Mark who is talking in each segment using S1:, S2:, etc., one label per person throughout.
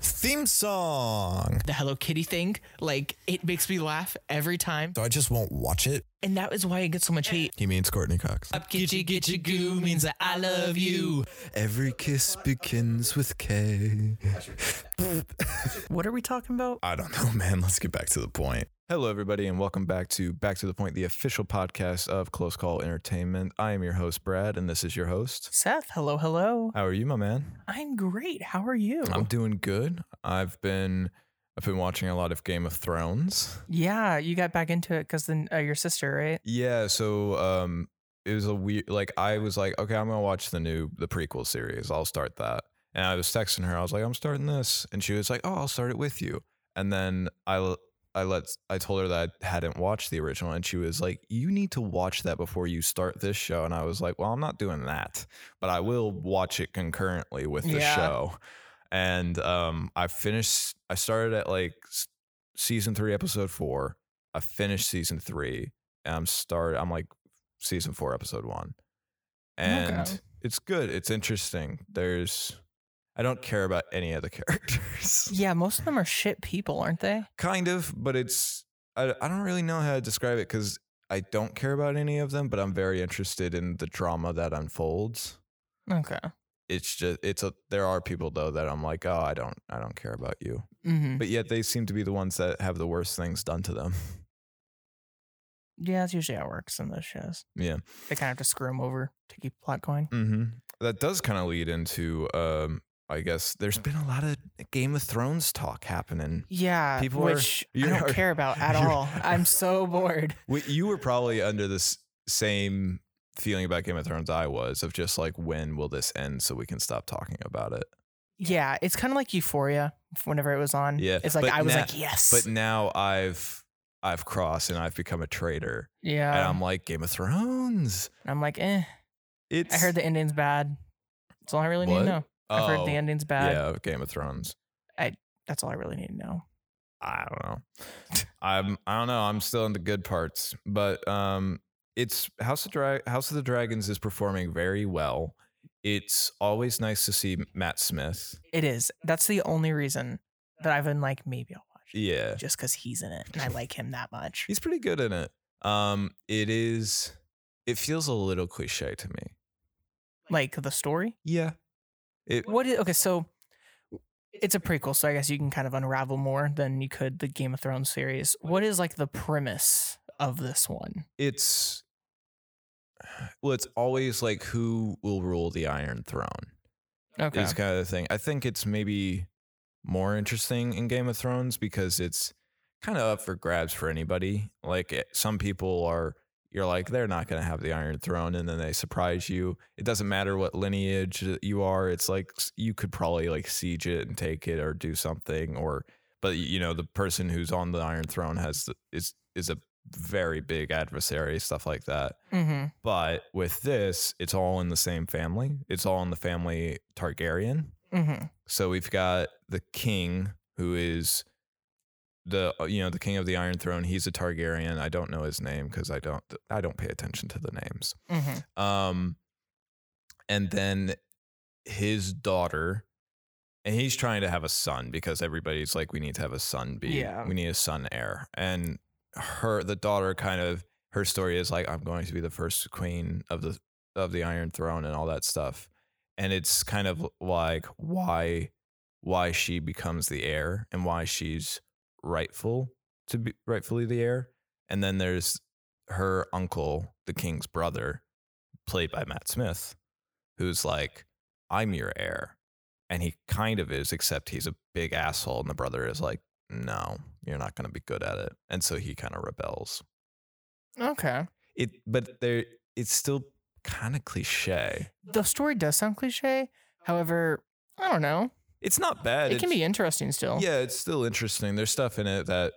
S1: theme song.
S2: The Hello Kitty thing, like it makes me laugh every time.
S1: So I just won't watch it.
S2: And that is why it gets so much hate.
S1: He means Courtney Cox.
S2: Up Gitchy Gitchy Goo means that I love you.
S1: Every kiss begins with K.
S2: What are we talking about?
S1: I don't know, man. Let's get back to the point. Hello, everybody, and welcome back to Back to the Point, the official podcast of Close Call Entertainment. I am your host, Brad, and this is your host.
S2: Seth, hello, hello.
S1: How are you, my man?
S2: I'm great. How are you?
S1: I'm doing good. I've been I've been watching a lot of Game of Thrones.
S2: yeah, you got back into it because then uh, your sister, right?
S1: Yeah, so um it was a weird like I was like, okay, I'm gonna watch the new the prequel series. I'll start that. And I was texting her, I was like, I'm starting this. And she was like, Oh, I'll start it with you. And then I l- I let I told her that I hadn't watched the original and she was like, You need to watch that before you start this show. And I was like, Well, I'm not doing that, but I will watch it concurrently with the
S2: Yeah.
S1: show. And um I finished I started at like s- season three, episode four. I finished season three. And I'm start I'm like season four, episode one. And
S2: Okay.
S1: it's good. It's interesting. There's I don't care about any of the characters.
S2: Yeah, most of them are shit people, aren't they?
S1: kind of, but it's I, I don't really know how to describe it because I don't care about any of them, but I'm very interested in the drama that unfolds.
S2: Okay.
S1: It's just it's a there are people though that I'm like, oh, I don't I don't care about you.
S2: Mm-hmm.
S1: But yet they seem to be the ones that have the worst things done to them.
S2: Yeah, that's usually how it works in those shows.
S1: Yeah.
S2: They kind of have to screw them over to keep plot going.
S1: Mm-hmm. That does kind of lead into, um, I guess there's been a lot of Game of Thrones talk happening.
S2: Yeah,
S1: People are-
S2: which I
S1: you
S2: don't
S1: are-
S2: care about at
S1: you're-
S2: all. I'm so bored.
S1: Wait, You were probably under this same feeling about Game of Thrones I was of just like, when will this end so we can stop talking about it?
S2: Yeah, it's kind of like Euphoria. Whenever it was on,
S1: Yeah,
S2: it's like
S1: but
S2: I was
S1: na-
S2: like yes,
S1: But now I've I've crossed and I've become a traitor,
S2: yeah,
S1: and I'm like Game of Thrones.
S2: I'm like eh.
S1: It's
S2: I heard the ending's bad. That's all I really need
S1: What?
S2: to know. I've heard
S1: Oh,
S2: the ending's bad.
S1: Yeah, Game of Thrones.
S2: That's all I really need to know.
S1: I don't know. I'm I don't know. I'm still in the good parts, but um, it's House of Dra- House of the Dragons is performing very well. It's always nice to see Matt Smith.
S2: It is. That's the only reason that I've been like maybe I'll watch. it.
S1: Yeah,
S2: Just because he's in it and I like him that much.
S1: he's pretty good in it. Um, it is. It feels a little cliche to me.
S2: Like the story.
S1: Yeah. It
S2: What is okay? So it's a prequel, so I guess you can kind of unravel more than you could the Game of Thrones series. What is like the premise of this one?
S1: it's well, it's always like who will rule the Iron Throne.
S2: Okay.
S1: is kind of the thing. I think it's maybe more interesting in Game of Thrones because it's kind of up for grabs for anybody. Like it- some people are, you're like they're not going to have the Iron Throne, and then they surprise you. It doesn't matter what lineage you are. It's like s- you could probably like siege it and take it or do something, or but you know the person who's on the Iron Throne has the, is is a very big adversary, stuff like that.
S2: mm-hmm.
S1: But with this, it's all in the same family. It's all in the family Targaryen.
S2: Mm-hmm.
S1: So we've got the king who is the uh, you know the king of the Iron Throne. He's a Targaryen. I don't know his name because I don't I don't pay attention to the names.
S2: Mm-hmm.
S1: Um, and then his daughter, and he's trying to have a son because everybody's like, we need to have a son. Be
S2: Yeah.
S1: we need a son heir. And her the daughter kind of her story is like, I'm going to be the first queen of the of the Iron Throne and all that stuff. And it's kind of like why why she becomes the heir and why she's rightful to be rightfully the heir. And then there's her uncle, the king's brother, played by Matt Smith, who's like, I'm your heir. And he kind of is, except he's a big asshole. And the brother is like, no, you're not going to be good at it. And so he kind of rebels.
S2: Okay.
S1: It, but there, it's still kind of cliche.
S2: The story does sound cliche. However, I don't know.
S1: It's not bad.
S2: It can
S1: It's-
S2: be interesting still.
S1: Yeah, it's still interesting. There's stuff in it that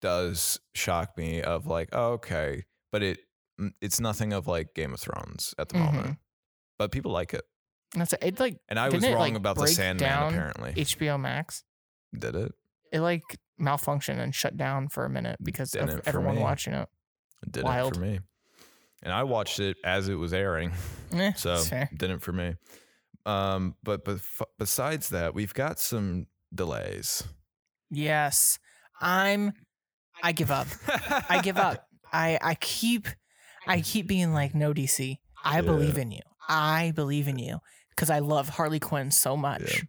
S1: does shock me of like, oh, okay, but it mm, it's nothing of like Game of Thrones at the moment. But people like it.
S2: That's it. It, Like
S1: And I was
S2: Mm-hmm. Didn't it,
S1: wrong
S2: like,
S1: about the
S2: break
S1: Sandman
S2: down
S1: apparently.
S2: HBO Max,
S1: Did it?
S2: it like malfunctioned and shut down for a minute because of
S1: Didn't for
S2: everyone
S1: me.
S2: watching it.
S1: Did it
S2: Wild.
S1: for me. And I watched it as it was airing.
S2: Eh,
S1: So
S2: it's fair.
S1: didn't for me. Um, but but besides that, we've got some delays.
S2: Yes. I'm I give up. I give up. I I keep I keep being like no DC. I
S1: Yeah.
S2: believe in you. I believe in you cuz I love Harley Quinn so much.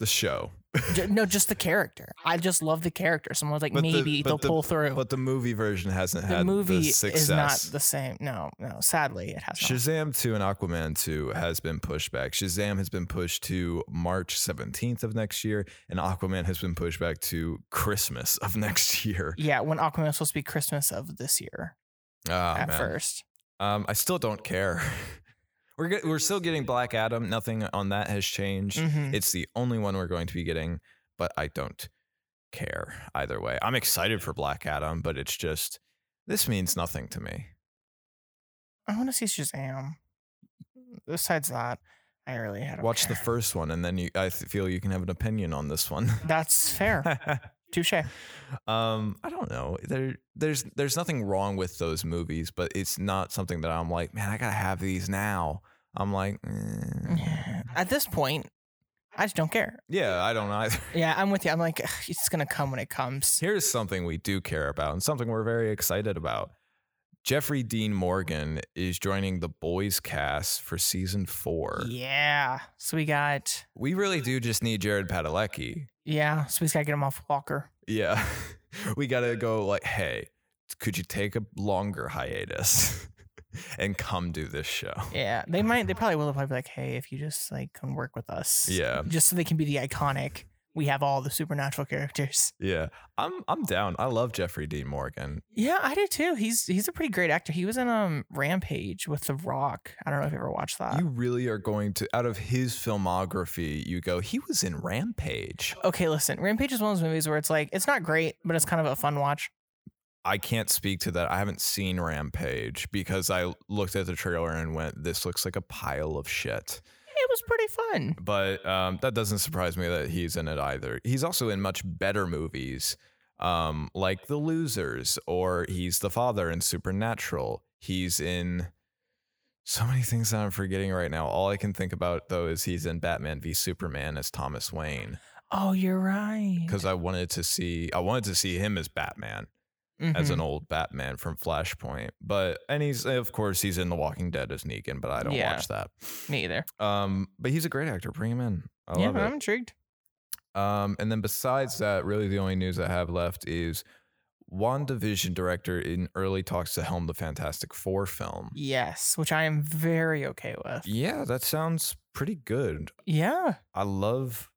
S1: the show,
S2: Ju- no, just the character. I just love the character. Someone's like
S1: But the-
S2: maybe
S1: but
S2: they'll
S1: the-
S2: pull through.
S1: but the movie version hasn't
S2: the
S1: had
S2: movie
S1: the
S2: is not
S1: success.
S2: the same. No, no, sadly it has not.
S1: Shazam 2 and Aquaman 2 has been pushed back. Shazam has been pushed to March 17th of next year, and Aquaman has been pushed back to Christmas of next year.
S2: Yeah, when Aquaman was supposed to be Christmas of this year
S1: Ah,
S2: at
S1: man.
S2: first.
S1: Um, I still don't care. we're, get, we're still getting Black Adam. Nothing on that has changed.
S2: Mhm.
S1: It's the only one we're going to be getting, but I don't care either way. I'm excited for Black Adam, but it's just, this means nothing to me.
S2: I want to see Shazam. Besides that, I really had
S1: Watch the first one, and then you, I feel you can have an opinion on this one.
S2: That's fair. Touche.
S1: um, I don't know. There, there's, there's nothing wrong with those movies, but it's not something that I'm like, man, I gotta have these now. I'm like, eh.
S2: At this point, I just don't care.
S1: yeah, I don't either.
S2: Yeah, I'm with you. I'm like, "Ugh, it's gonna come when it comes.
S1: Here's something we do care about, and something we're very excited about. Jeffrey Dean Morgan is joining the boys cast for season four.
S2: Yeah. So we got.
S1: We really do just need Jared Padalecki.
S2: Yeah. So we just gotta get him off Walker.
S1: Yeah. We got to go like, hey, could you take a longer hiatus and come do this show?
S2: Yeah. They might. They probably will. Probably be like, hey, if you just like come work with us.
S1: Yeah.
S2: Just so they can be the iconic. We have all the supernatural characters.
S1: Yeah. I'm I'm down. I love Jeffrey Dean Morgan.
S2: Yeah, I do too. He's he's a pretty great actor. He was in um Rampage with The Rock. I don't know if you ever watched that.
S1: You really are going to out of his filmography, you go, he was in Rampage.
S2: okay, listen, Rampage is one of those movies where it's like it's not great, but it's kind of a fun watch.
S1: I can't speak to that. I haven't seen Rampage because I looked at the trailer and went, this looks like a pile of shit.
S2: It was pretty fun.
S1: but um, that doesn't surprise me that he's in it either. He's also in much better movies, um, like The Losers, or he's the father in Supernatural. He's in so many things that I'm forgetting right now. All I can think about though is he's in Batman v Superman as Thomas Wayne
S2: Oh, you're right.
S1: because I wanted to see I wanted to see him as Batman as
S2: Mhm.
S1: an old Batman from Flashpoint. But and he's of course he's in The Walking Dead as Negan, but I don't
S2: Yeah.
S1: watch that.
S2: me either.
S1: Um, but he's a great actor. Bring him in. I
S2: yeah,
S1: love it.
S2: I'm intrigued.
S1: Um, and then besides that, really the only news I have left is WandaVision director in early talks to helm the Fantastic Four film.
S2: Yes, which I am very okay with.
S1: Yeah, that sounds pretty good.
S2: Yeah,
S1: I love,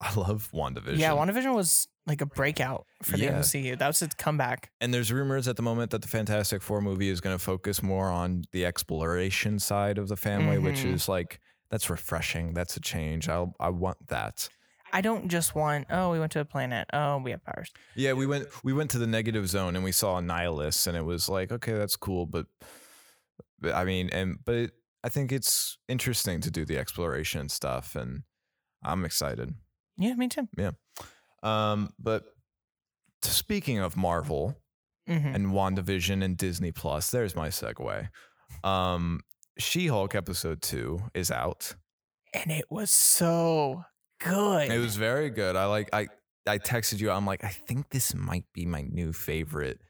S1: I love WandaVision.
S2: yeah. WandaVision was like a breakout for the
S1: Yeah.
S2: MCU. That was its comeback.
S1: and there's rumors at the moment that the Fantastic Four movie is going to focus more on the exploration side of the family, which
S2: Mhm.
S1: is like that's refreshing. That's a change. I I want that.
S2: I don't just want. Oh, we went to a planet. Oh, we have powers.
S1: Yeah, we went we went to the negative zone and we saw Nihilus and it was like, okay, that's cool, but, but I mean, and but it, I think it's interesting to do the exploration stuff, and I'm excited.
S2: Yeah, me too.
S1: Um, but speaking of Marvel
S2: hmm
S1: and WandaVision and Disney Plus, there's my segue. Um, She-Hulk episode two is out.
S2: And it was so good.
S1: It was very good. I like I I texted you. I'm like I think this might be my new favorite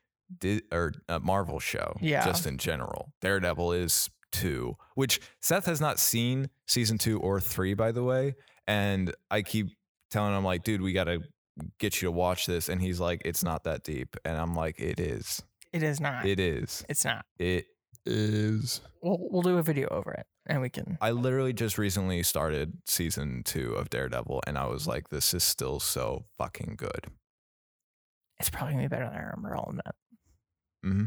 S1: Di- or uh, Marvel show.
S2: Yeah.
S1: Just in general, Daredevil is two, which Seth has not seen season two or three, by the way. And I keep telling him like, dude, we gotta get you to watch this, and he's like, it's not that deep, and I'm like, it is,
S2: It is not.
S1: it is,
S2: it's not.
S1: it is.
S2: We'll we'll do a video over it, and we can.
S1: I literally just recently started season two of Daredevil, and I was like, this is still so fucking good.
S2: It's probably gonna be better than I remember all of that.
S1: Mm-hmm.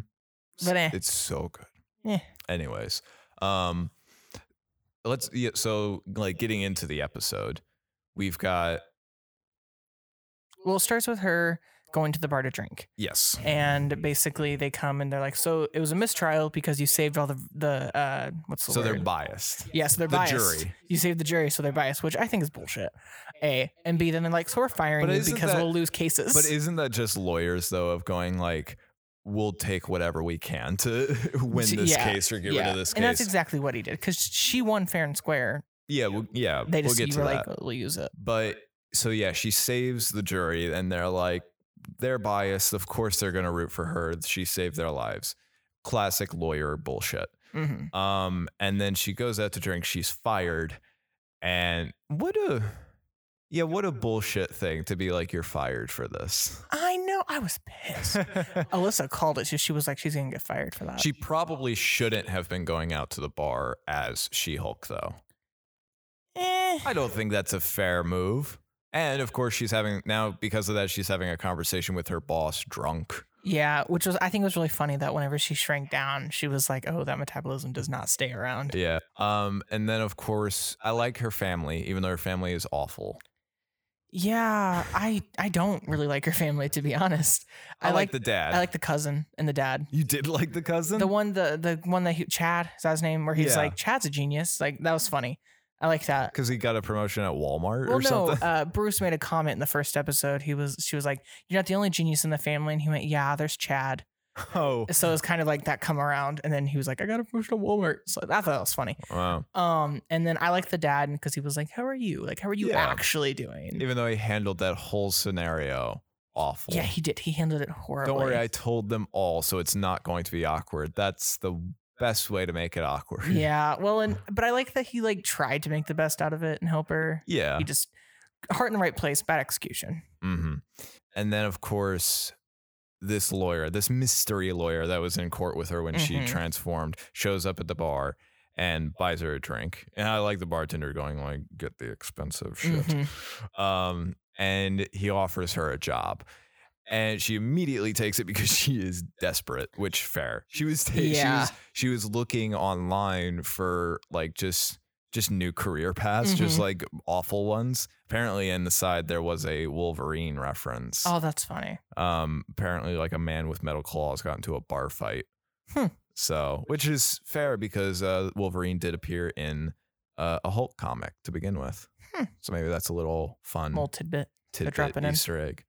S2: But eh.
S1: it's so good.
S2: Yeah.
S1: Anyways, um, let's yeah. So like getting into the episode, we've got
S2: Well, it starts with her going to the bar to drink.
S1: yes,
S2: and basically they come and they're like, "So it was a mistrial because you saved all the the uh, what's the
S1: so they're
S2: word?
S1: biased.
S2: yeah, so they're
S1: the
S2: biased.
S1: jury.
S2: You saved the jury, so they're biased, which I think is bullshit. A and B. Then they're like, "So we're firing
S1: But
S2: you
S1: isn't
S2: because
S1: that-
S2: we'll lose cases."
S1: But isn't that just lawyers though? Of going like, we'll take whatever we can to win
S2: To-
S1: this
S2: yeah,
S1: case or get rid of this case.
S2: and that's exactly what he did because she won fair and square
S1: yeah, we'll, yeah,
S2: They just
S1: we'll get
S2: you
S1: to
S2: were
S1: that.
S2: like, "Oh, we'll use it.
S1: But so yeah, she saves the jury, and they're like, they're biased. Of course, they're gonna root for her. She saved their lives. Classic lawyer bullshit.
S2: hmm
S1: Um, and then she goes out to drink. She's fired, and what a yeah, what a bullshit thing to be like you're fired for this.
S2: I know. I was pissed. Alyssa called it. She, she was like, she's gonna get fired for that.
S1: she probably shouldn't have been going out to the bar as She Hulk, though.
S2: Eh.
S1: I don't think that's a fair move. And of course, she's having now because of that, she's having a conversation with her boss drunk.
S2: Yeah, which was I think was really funny that whenever she shrank down, she was like, "Oh, that metabolism does not stay around."
S1: Yeah. Um, and then of course, I like her family, even though her family is awful.
S2: Yeah, I I don't really like her family to be honest.
S1: I,
S2: I
S1: like,
S2: like-
S1: the dad.
S2: I like the cousin and the dad.
S1: you did like the cousin?
S2: The one the the one that he, Chad is that his name where he's
S1: Yeah.
S2: like Chad's a genius. Like that was funny. I like that.
S1: because he got a promotion at Walmart
S2: Well,
S1: or
S2: no,
S1: something.
S2: uh, Bruce made a comment in the first episode. He was she was like, "You're not the only genius in the family," and he went, "Yeah, there's Chad."
S1: oh,
S2: So it's kind of like that come around, and then he was like, "I got a promotion at Walmart." So I thought that was funny.
S1: wow.
S2: Um, and then I like the dad because he was like, "How are you? Like, how are you
S1: Yeah.
S2: actually doing?"
S1: Even though he handled that whole scenario awful.
S2: yeah, he did. He handled it horribly.
S1: Don't worry, I told them all, so it's not going to be awkward. That's the best way to make it awkward.
S2: yeah, well, and but I like that he like tried to make the best out of it and help her.
S1: Yeah.
S2: He just heart in the right place, bad execution.
S1: hmm And then, of course, this lawyer, this mystery lawyer that was in court with her when she
S2: Mhm.
S1: transformed, shows up at the bar and buys her a drink. And I like the bartender going like, "Get the expensive shit." Um, and he offers her a job. And she immediately takes it because she is desperate, which fair. She was, ta- she
S2: Yeah.
S1: was she was looking online for like just just new career paths, just
S2: Mhm.
S1: like awful ones. Apparently, in the side there was a Wolverine reference.
S2: Oh, that's funny.
S1: Um, apparently, like a man with metal claws got into a bar fight.
S2: Hmm.
S1: So, which is fair because uh, Wolverine did appear in uh, a Hulk comic to begin with.
S2: Hmm.
S1: So maybe that's a little fun
S2: Little tidbit.
S1: tidbit
S2: dropping in.
S1: Easter egg.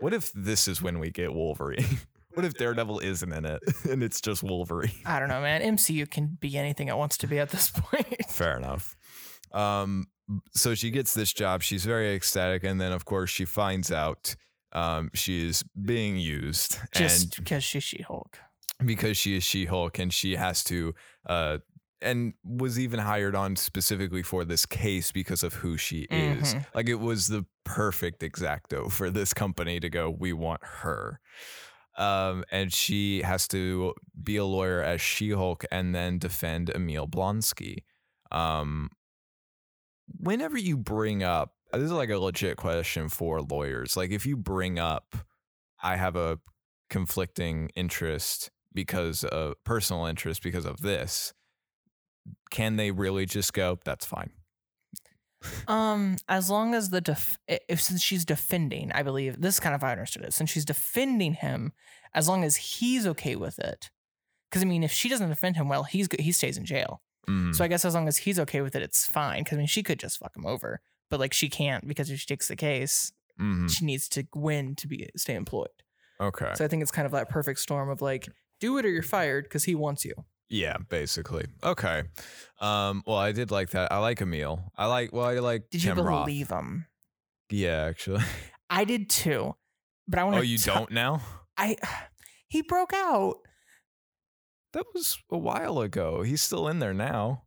S1: What if this is when we get Wolverine? what if Daredevil isn't in it and it's just Wolverine?
S2: I don't know, man. MCU can be anything it wants to be at this point.
S1: Fair enough. Um, so she gets this job. She's very ecstatic, and then of course she finds out um, she is being used,
S2: just because she's She Hulk.
S1: and because she is She Hulk, and she has to, uh, and was even hired on specifically for this case because of who she is.
S2: Mhm.
S1: Like it was the perfect exacto for this company to go. We want her. Um, and she has to be a lawyer as She Hulk and then defend Emil Blonsky. Um, whenever you bring up, this is like a legit question for lawyers. Like, if you bring up, I have a conflicting interest because of personal interest because of this, can they really just go, that's fine?
S2: Um, as long as the def- i- if since she's defending, I believe this is kind of how I understood it. Since she's defending him, as long as he's okay with it, because I mean, if she doesn't defend him well, he's go- he stays in jail.
S1: Mm.
S2: So I guess as long as he's okay with it, it's fine. Because I mean, she could just fuck him over, but like she can't because if she takes the case,
S1: Mhm.
S2: she needs to win to be stay employed.
S1: Okay.
S2: So I think it's kind of that perfect storm of like, do it or you're fired because he wants you.
S1: yeah, basically. Okay. Um, well, I did like that. I like Emil. I like, well, I like
S2: Did
S1: Tim
S2: you
S1: Roth.
S2: believe him?
S1: Yeah, actually.
S2: I did too, but I want
S1: Oh,
S2: to.
S1: you don't now?
S2: I. He broke out.
S1: That was a while ago. He's still in there now.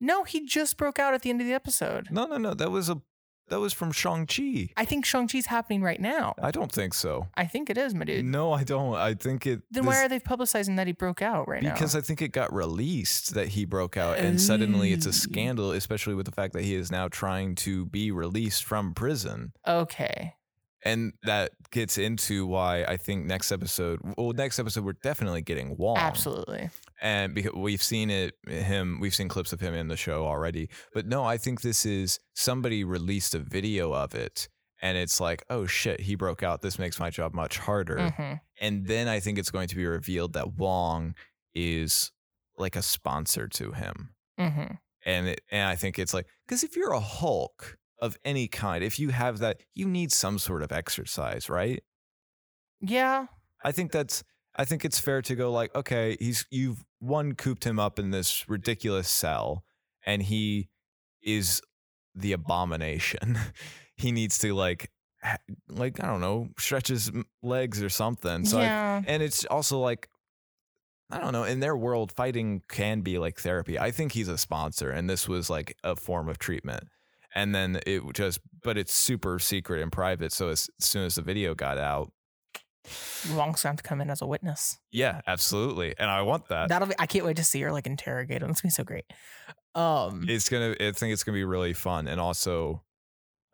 S2: No, he just broke out at the end of the episode.
S1: No, no, no. That was a that was from Shang-Chi.
S2: I think Shang-Chi's happening right now.
S1: I don't think so.
S2: I think it is, my dude.
S1: No, I don't. I think it
S2: then
S1: this-
S2: why are they publicizing that he broke out right now?
S1: because I think it got released that he broke out and suddenly it's a
S2: Ooh.
S1: scandal, especially with the fact that he is now trying to be released from prison.
S2: Okay.
S1: And that gets into why I think next episode, well, next episode we're definitely getting Wong.
S2: Absolutely.
S1: and because we've seen it him we've seen clips of him in the show already but no i think this is somebody released a video of it and it's like oh shit he broke out this makes my job much harder
S2: Mhm.
S1: and then i think it's going to be revealed that wong is like a sponsor to him
S2: Mhm.
S1: and it, and i think it's like cuz if you're a hulk of any kind if you have that you need some sort of exercise right
S2: Yeah.
S1: I think that's I think it's fair to go like, okay, he's you've one cooped him up in this ridiculous cell and he is the abomination. he needs to like ha- like I don't know, stretch his m- legs or something. So I-
S2: yeah.
S1: and it's also like I don't know, in their world fighting can be like therapy. I think he's a sponsor and this was like a form of treatment. And then it just but it's super secret and private, so as, as soon as the video got out
S2: Wong's gonna have to come in as a witness.
S1: yeah, absolutely. And I want that.
S2: That'll be. I can't wait to see her like interrogate him. That's gonna be so great. Um.
S1: it's gonna i think it's gonna be really fun and also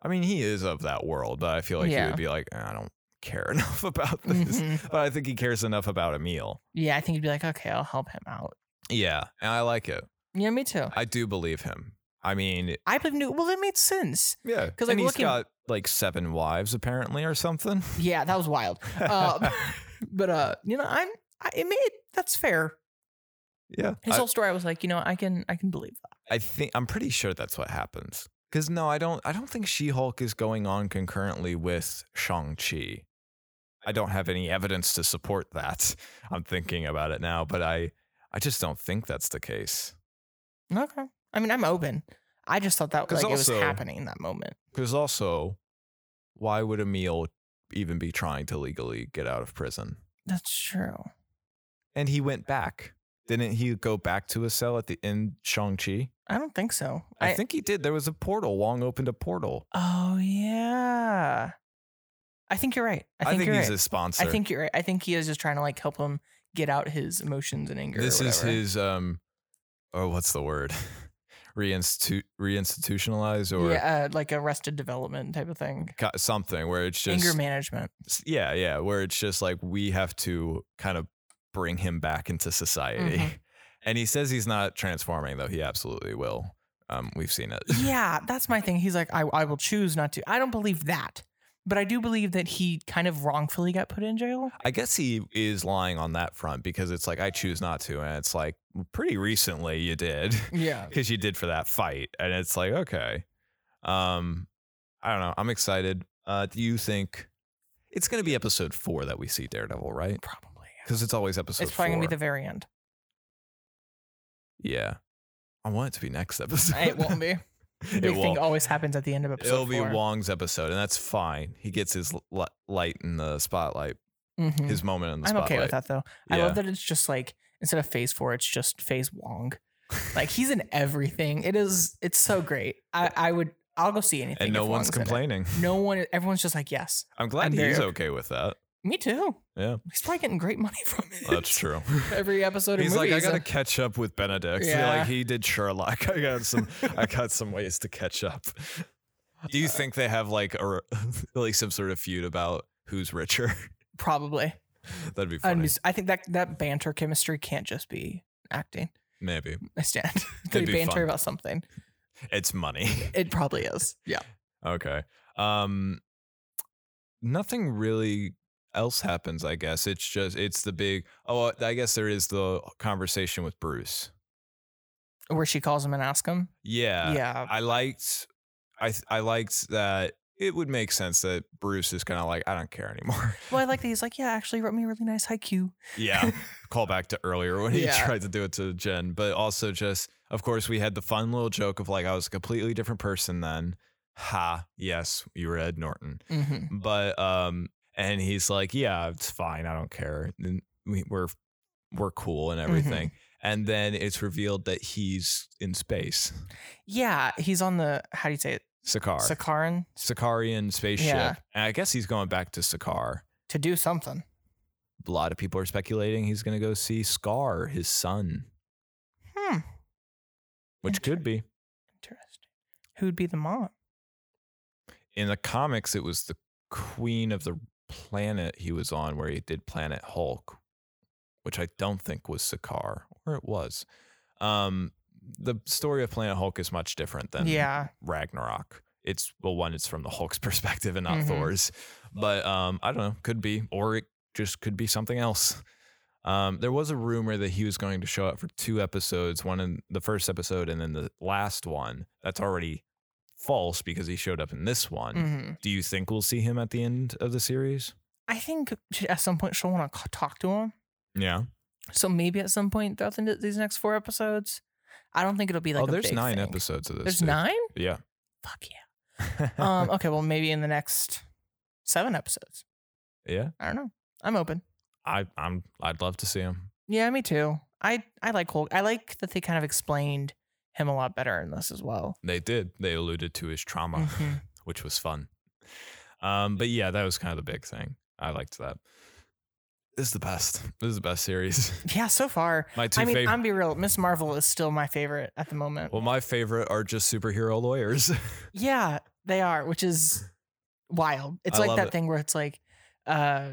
S1: i mean he is of that world but i feel like he
S2: Yeah.
S1: would be like "Eh, i don't care enough about this
S2: mhm.
S1: but i think he cares enough about Emil.
S2: Yeah, I think he'd be like, okay, I'll help him out.
S1: yeah and i like it
S2: Yeah, me too.
S1: i do believe him i mean
S2: I believe new. Well, it made sense.
S1: yeah
S2: 'Cause,
S1: and
S2: like,
S1: he's
S2: looking-
S1: got like seven wives apparently or something
S2: Yeah, that was wild. Uh, but uh, you know, I'm. I, it made that's fair.
S1: yeah
S2: His
S1: I,
S2: whole story, I was like, you know, I can, I can believe that.
S1: I think i'm pretty sure that's what happens because no i don't i don't think she-hulk is going on concurrently with shang-chi I don't have any evidence to support that. I'm thinking about it now, but I I just don't think that's the case.
S2: Okay. I mean, I'm open. I just thought that
S1: 'Cause
S2: like it was
S1: also-
S2: happening in that moment.
S1: Because also, why would Emil even be trying to legally get out of prison?
S2: That's true.
S1: And he went back. Didn't he go back to his cell at the in Shang-Chi?
S2: I don't think so.
S1: I, think he did. There was a portal. Wong opened a portal.
S2: Oh yeah. I think you're right. I
S1: I
S2: think,
S1: think,
S2: you're
S1: he's
S2: right.
S1: a sponsor.
S2: I think you're right. I think he is just trying to like help him get out his emotions and anger. or
S1: this is
S2: whatever.
S1: his um oh what's the word? Reinstitu- reinstitutionalized or
S2: yeah, uh, like arrested development type of thing.
S1: co- something where it's just
S2: anger management.
S1: s- yeah, yeah, where it's just like we have to kind of bring him back into society.
S2: Mhm.
S1: And he says he's not transforming, though he absolutely will. Um, we've seen it.
S2: yeah, that's my thing. He's like, I, I will choose not to. I don't believe that, but I do believe that he kind of wrongfully got put in jail.
S1: I guess he is lying on that front because it's like I choose not to, and it's like pretty recently you did
S2: Yeah.
S1: because you did for that fight, and it's like okay, um, I don't know. I'm excited. Uh, do you think it's going to be episode four that we see Daredevil, right?
S2: Probably.
S1: Because it's always episode.
S2: it's probably going to
S1: four.
S2: be the very end.
S1: yeah. I want it to be next episode.
S2: It won't be. The
S1: It
S2: big
S1: won't.
S2: thing always happens at the end of episode
S1: It'll be
S2: four.
S1: Wong's episode, and that's fine. He gets his li- light in the spotlight,
S2: Mhm.
S1: his moment in the
S2: I'm
S1: spotlight.
S2: okay with that though. I
S1: Yeah.
S2: love that it's just like instead of phase four, it's just phase Wong. Like he's in everything. It is. It's so great. I, I would. I'll go see anything.
S1: and no
S2: if
S1: one's
S2: Wong's in it.
S1: complaining.
S2: No one. Everyone's just like yes.
S1: I'm glad
S2: I'm very
S1: he's
S2: okay.
S1: okay with that.
S2: Me too.
S1: Yeah.
S2: He's probably getting great money from it.
S1: That's true.
S2: Every episode of
S1: He's like,
S2: movie
S1: I
S2: is
S1: gotta
S2: a-
S1: catch up with Benedict.
S2: Yeah.
S1: Like he did Sherlock. I got some. I got some ways to catch up. Do you think they have like a like some sort of feud about who's richer?
S2: uh, probably.
S1: That'd be
S2: I'd
S1: funny.
S2: be- I think that that banter chemistry can't just be acting.
S1: Maybe
S2: I stand. they
S1: be
S2: banter
S1: fun.
S2: about something.
S1: it's money.
S2: It probably is. Yeah.
S1: Okay. Um nothing really else happens, I guess. It's just it's the big oh I guess there is the conversation with Bruce.
S2: Where she calls him and asks him.
S1: Yeah.
S2: yeah.
S1: I liked I th- I liked that it would make sense that Bruce is kind of like I don't care anymore.
S2: Well, I like that he's like, yeah, actually wrote me a really nice haiku.
S1: yeah. Call back to earlier when he
S2: Yeah.
S1: tried to do it to Jen, but also just of course we had the fun little joke of like I was a completely different person then. Ha, yes, you were Ed Norton.
S2: Mm-hmm.
S1: but um and he's like yeah it's fine i don't care and we, we're we're cool
S2: Mm-hmm.
S1: and everything and then it's revealed that he's in space
S2: Yeah, he's on the how do you say it?
S1: sakar
S2: Sakaran
S1: sakarian spaceship
S2: Yeah.
S1: and i guess he's going back to sakar
S2: to do something.
S1: a lot of people are speculating he's going to go see scar his son
S2: Hmm.
S1: which could be
S2: Interesting. Who'd be the mom?
S1: in the comics it was the queen of the planet he was on where he did planet hulk which i don't think was sakar or it was um the story of planet hulk is much different than
S2: yeah.
S1: ragnarok it's well one it's from the hulk's perspective and not
S2: Mhm.
S1: thor's but um i don't know could be or it just could be something else um there was a rumor that he was going to show up for two episodes one in the first episode and then the last one that's already false because he showed up in this one
S2: hmm
S1: do you think we'll see him at the end of the series?
S2: I think she- at some point she'll want to talk to him.
S1: Yeah.
S2: So maybe at some point throughout the, these next four episodes, I don't think it'll be like.
S1: oh,
S2: a
S1: there's
S2: big
S1: nine
S2: thing.
S1: episodes of this.
S2: There's
S1: dude.
S2: nine.
S1: Yeah.
S2: Fuck yeah. Um. okay. Well, maybe in the next seven episodes.
S1: yeah.
S2: I don't know. I'm open.
S1: I, I'm. I'd love to see him.
S2: Yeah, me too. I I like Hulk. I like that they kind of explained him a lot better in this as well.
S1: They did. They alluded to his trauma,
S2: Mhm.
S1: which was fun. Um, but yeah, that was kind of the big thing. I liked that. This is the best. This is the best series.
S2: Yeah, so far.
S1: My two
S2: I mean,
S1: favorite.
S2: I'm be real. Miss Marvel is still my favorite at the moment.
S1: Well, my favorite are just superhero lawyers.
S2: Yeah, they are, which is wild. It's
S1: I
S2: like
S1: love
S2: that
S1: it.
S2: thing where it's like, uh,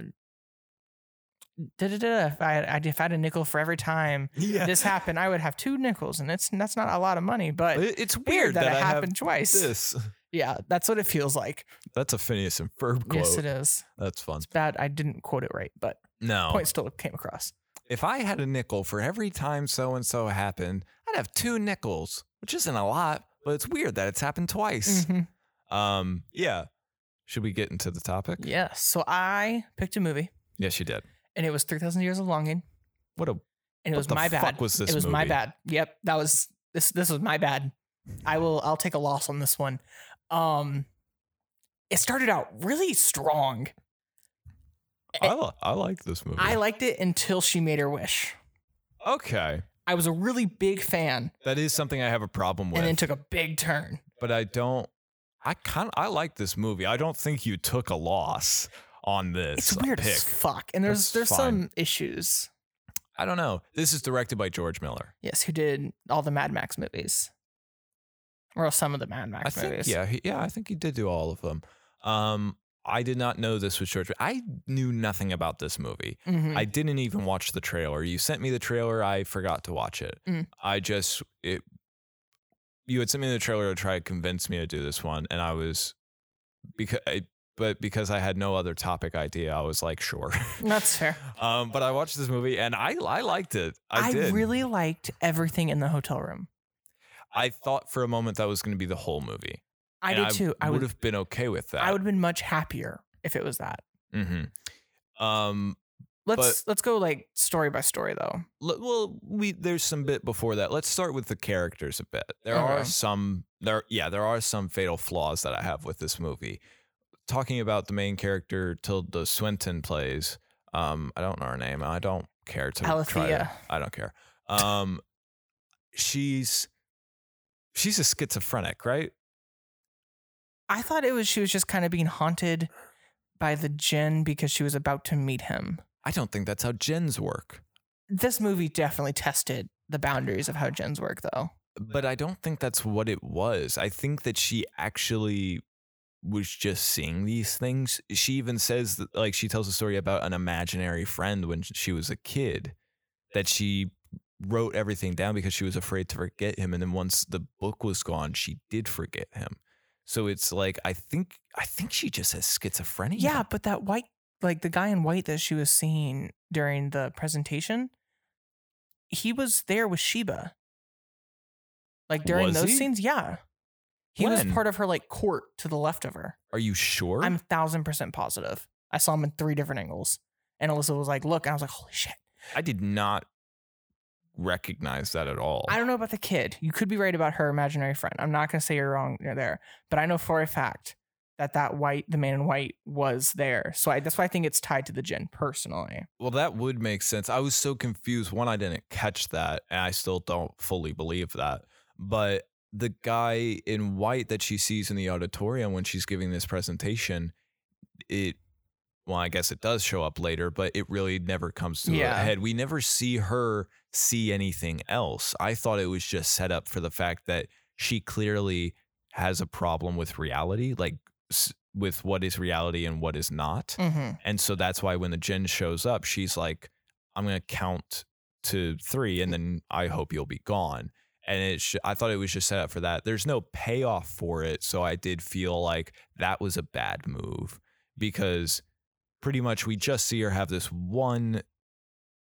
S2: da da da. If I had, I- if I had a nickel for every time
S1: yeah.
S2: this happened, I would have two nickels, and it's that's not a lot of money, but
S1: It- it's weird,
S2: weird that,
S1: I
S2: it
S1: have
S2: happened twice.
S1: This.
S2: Yeah, that's what it feels like.
S1: That's a Phineas and Ferb quote. Oh
S2: Yes, it is.
S1: That's fun.
S2: It's bad. I didn't quote it right, but
S1: No.
S2: point still came across.
S1: If I had a nickel for every time so and so happened, I'd have two nickels, which isn't a lot, but it's weird that it's happened twice.
S2: Mhm.
S1: Um, yeah. Should we get into the topic?
S2: Yes. So I picked a movie,
S1: Yes, you did.
S2: and it was Three Thousand Years of Longing,
S1: What a
S2: and it
S1: What
S2: was
S1: the
S2: my
S1: fuck
S2: bad.
S1: was this
S2: It was my
S1: movie?
S2: bad. Yep, that was this. This was my bad. I will. I'll take a loss on this one. Um, it started out really strong.
S1: I, li- I like this movie.
S2: I liked it until she made her wish.
S1: okay.
S2: I was a really big fan,
S1: That is something I have a problem with.
S2: and then took a big turn.
S1: but I don't I kind of I like this movie. I don't think you took a loss on this
S2: It's, weird
S1: pick.
S2: as fuck, and
S1: That's
S2: there's there's
S1: fine.
S2: some issues.
S1: I don't know. This is directed by George Miller.
S2: Yes, who did all the Mad Max movies, or some of the Mad
S1: I
S2: Max
S1: think
S2: movies?
S1: yeah, he, yeah, I think he did do all of them. Um, I did not know this was George. I knew nothing about this movie.
S2: Mhm.
S1: I didn't even watch the trailer. You sent me the trailer. I forgot to watch it.
S2: Mm.
S1: I just it. You had sent me the trailer to try to convince me to do this one, and I was because I, but because I had no other topic idea, I was like, sure.
S2: That's fair.
S1: um, but I watched this movie and I I liked it. I,
S2: I,
S1: did.
S2: really liked everything in the hotel room.
S1: I thought for a moment that was going to be the whole movie.
S2: I
S1: and
S2: did too. I
S1: would
S2: would
S1: have been okay with that.
S2: I would have been much happier if it was that.
S1: Mm-hmm. Um.
S2: Let's let's go like story by story though.
S1: l- Well, we there's some bit before that. Let's start with the characters a bit. There are
S2: Okay.
S1: some there. Yeah, there are some fatal flaws that I have with this movie. Talking about the main character Tilda Swinton plays. Um, I don't know her name. I don't care to try.
S2: Alethea.
S1: To, I don't care. Um, she's she's a schizophrenic, right?
S2: I thought it was she was just kind of being haunted by the djinn because she was about to meet him.
S1: I don't think that's how gens work.
S2: This movie definitely tested the boundaries of how djinns work though.
S1: but I don't think that's what it was. I think that she actually was just seeing these things. She even says that, like, she tells a story about an imaginary friend when she was a kid that she wrote everything down because she was afraid to forget him. And then once the book was gone, she did forget him. So it's like I think I think she just has schizophrenia.
S2: Yeah, but that white like the guy in white that she was seeing during the presentation, he was there with Sheba. Like during
S1: Was
S2: those
S1: he?
S2: scenes, yeah. He was
S1: When?
S2: part of her like court to the left of her.
S1: Are you sure?
S2: I'm a thousand percent positive. I saw him in three different angles. And Alyssa was like, look, and I was like, holy shit.
S1: I did not recognize that at all.
S2: I don't know about the kid. You could be right about her imaginary friend. I'm not going to say you're wrong there, but I know for a fact that that white, the man in white, was there. So I, that's why I think it's tied to the gin personally.
S1: Well, that would make sense. I was so confused. One, I didn't catch that, and I still don't fully believe that. But the guy in white that she sees in the auditorium when she's giving this presentation, it, well, I guess it does show up later, but it really never comes to
S2: Yeah.
S1: a head. We never see her see anything else. I thought it was just set up for the fact that she clearly has a problem with reality, like s- with what is reality and what is not.
S2: Mm-hmm.
S1: And so that's why when the Jin shows up, she's like, I'm going to count to three and then I hope you'll be gone. And it sh- I thought it was just set up for that. There's no payoff for it. So I did feel like that was a bad move because pretty much we just see her have this one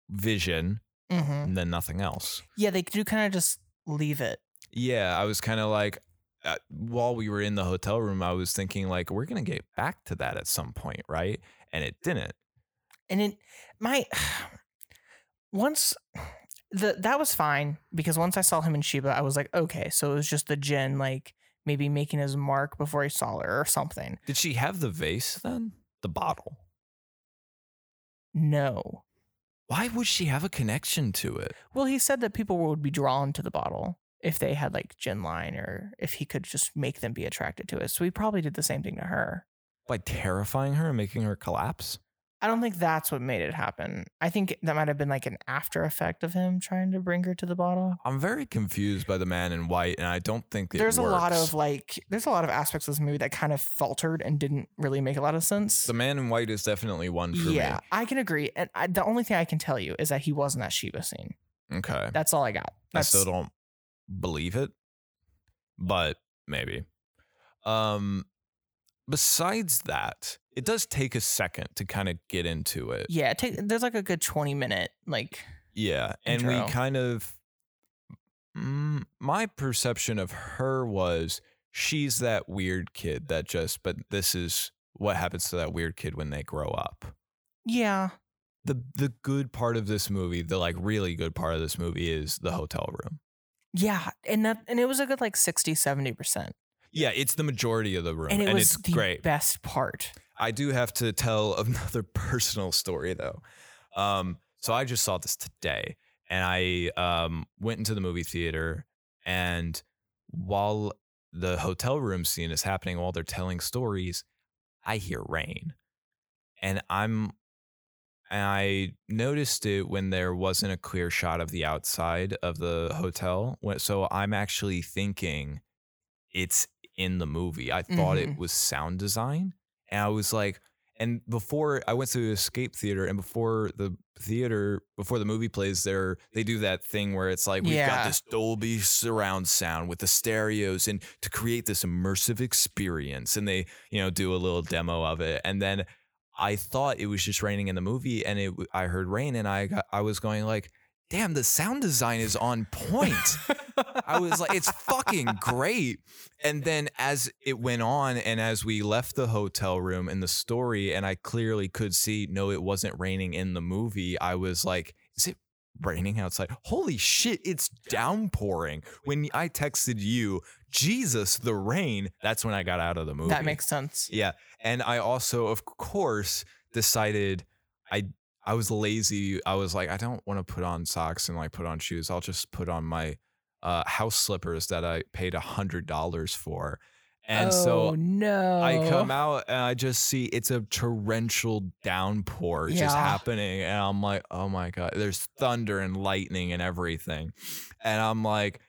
S1: vision
S2: Mm-hmm.
S1: and then nothing else.
S2: Yeah, they do kind of just leave it.
S1: Yeah, I was kind of like, uh, while we were in the hotel room, I was thinking, like, we're going to get back to that at some point, right? And it didn't.
S2: And it, my, once the that was fine because once I saw him in Sheba, I was like, okay, so it was just the Jin like maybe making his mark before he saw her or something.
S1: Did she have the vase then? The bottle.
S2: No.
S1: Why would she have a connection to it?
S2: Well, he said that people would be drawn to the bottle if they had like Jin line or if he could just make them be attracted to it. So he probably did the same thing to her.
S1: By terrifying her and making her collapse?
S2: I don't think that's what made it happen. I think that might have been like an after effect of him trying to bring her to the bottle.
S1: I'm very confused by the man in white, and I don't think it
S2: there's a lot
S1: works.
S2: of like there's a lot of aspects of this movie that kind of faltered and didn't really make a lot of sense.
S1: The man in white is definitely one for
S2: yeah, I can agree. And I, the only thing I can tell you is that he was in that Sheba scene.
S1: me. Okay.
S2: That's all I got.
S1: I
S2: That's
S1: still don't believe it, but maybe. Um, besides that, it does take a second to kind of get into it.
S2: yeah. It take, there's like a good twenty minute like
S1: Yeah, and
S2: Intro.
S1: we kind of. Mm, my perception of her was she's that weird kid that just, but this is what happens to that weird kid when they grow up.
S2: yeah
S1: The the good part of this movie, the like really good part of this movie is the hotel room.
S2: yeah, and that and it was a good like 60 70 percent,
S1: Yeah, it's the majority of the room,
S2: and it was
S1: it's
S2: the
S1: great.
S2: best part.
S1: I do have to tell another personal story though. Um, so I just saw this today, and I um, went into the movie theater, and while the hotel room scene is happening, while they're telling stories, I hear rain, and I'm, and I noticed it when there wasn't a clear shot of the outside of the hotel. When- So I'm actually thinking, it's in the movie. I thought it was sound design, and I was like, and before I went to the escape theater, and before the theater, before the movie plays, there they do that thing where it's like we've
S2: Yeah.
S1: got this Dolby surround sound with the stereos, and to create this immersive experience, and they you know do a little demo of it, and then I thought it was just raining in the movie, and it I heard rain, and I got, I was going like, damn, the sound design is on point. I was like, it's fucking great. And then as it went on, and as we left the hotel room in the story, and I clearly could see, no, it wasn't raining in the movie. I was like, is it raining outside? Holy shit, it's downpouring. When I texted you, Jesus, the rain, that's when I got out of the movie.
S2: That makes sense.
S1: Yeah. And I also, of course, decided I I was lazy. I was like, I don't want to put on socks and like put on shoes. I'll just put on my uh, house slippers that I paid a hundred dollars for. And so
S2: Oh, no,
S1: I come out and I just see it's a torrential downpour
S2: Yeah.
S1: just happening. And I'm like, oh my God, there's thunder and lightning and everything. And I'm like,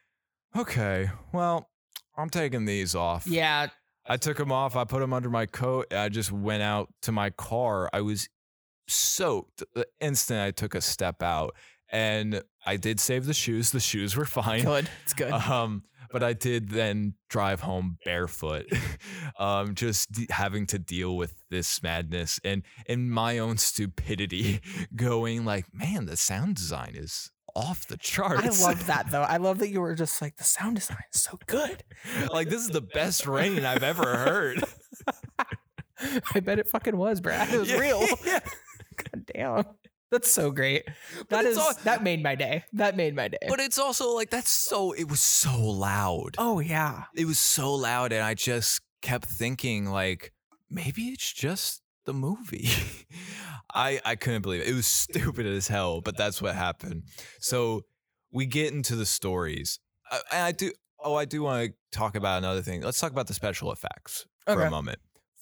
S1: okay, well, I'm taking these off.
S2: Yeah,
S1: I took them off. I put them under my coat. and I just went out to my car. I was soaked the instant I took a step out. And I did save the shoes. The shoes were fine.
S2: good. It's good.
S1: Um, but I did then drive home barefoot, um, just d- having to deal with this madness and and my own stupidity, going like, man, the sound design is off the
S2: I
S1: charts.
S2: love that though. I love that you were just like the sound design is so good.
S1: like this is the best rain I've ever heard.
S2: I bet it fucking was, Brad. It was
S1: Yeah.
S2: real. God damn. That's so great. That
S1: it's
S2: is
S1: all-
S2: that made my day. That made my day.
S1: But it's also like that's so it was so loud.
S2: oh yeah.
S1: It was so loud and I just kept thinking like maybe it's just the movie. I I couldn't believe it. It was stupid as hell, but that's what happened. So we get into the stories. I, and I do oh I do want to talk about another thing. Let's talk about the special effects for
S2: Okay.
S1: a moment.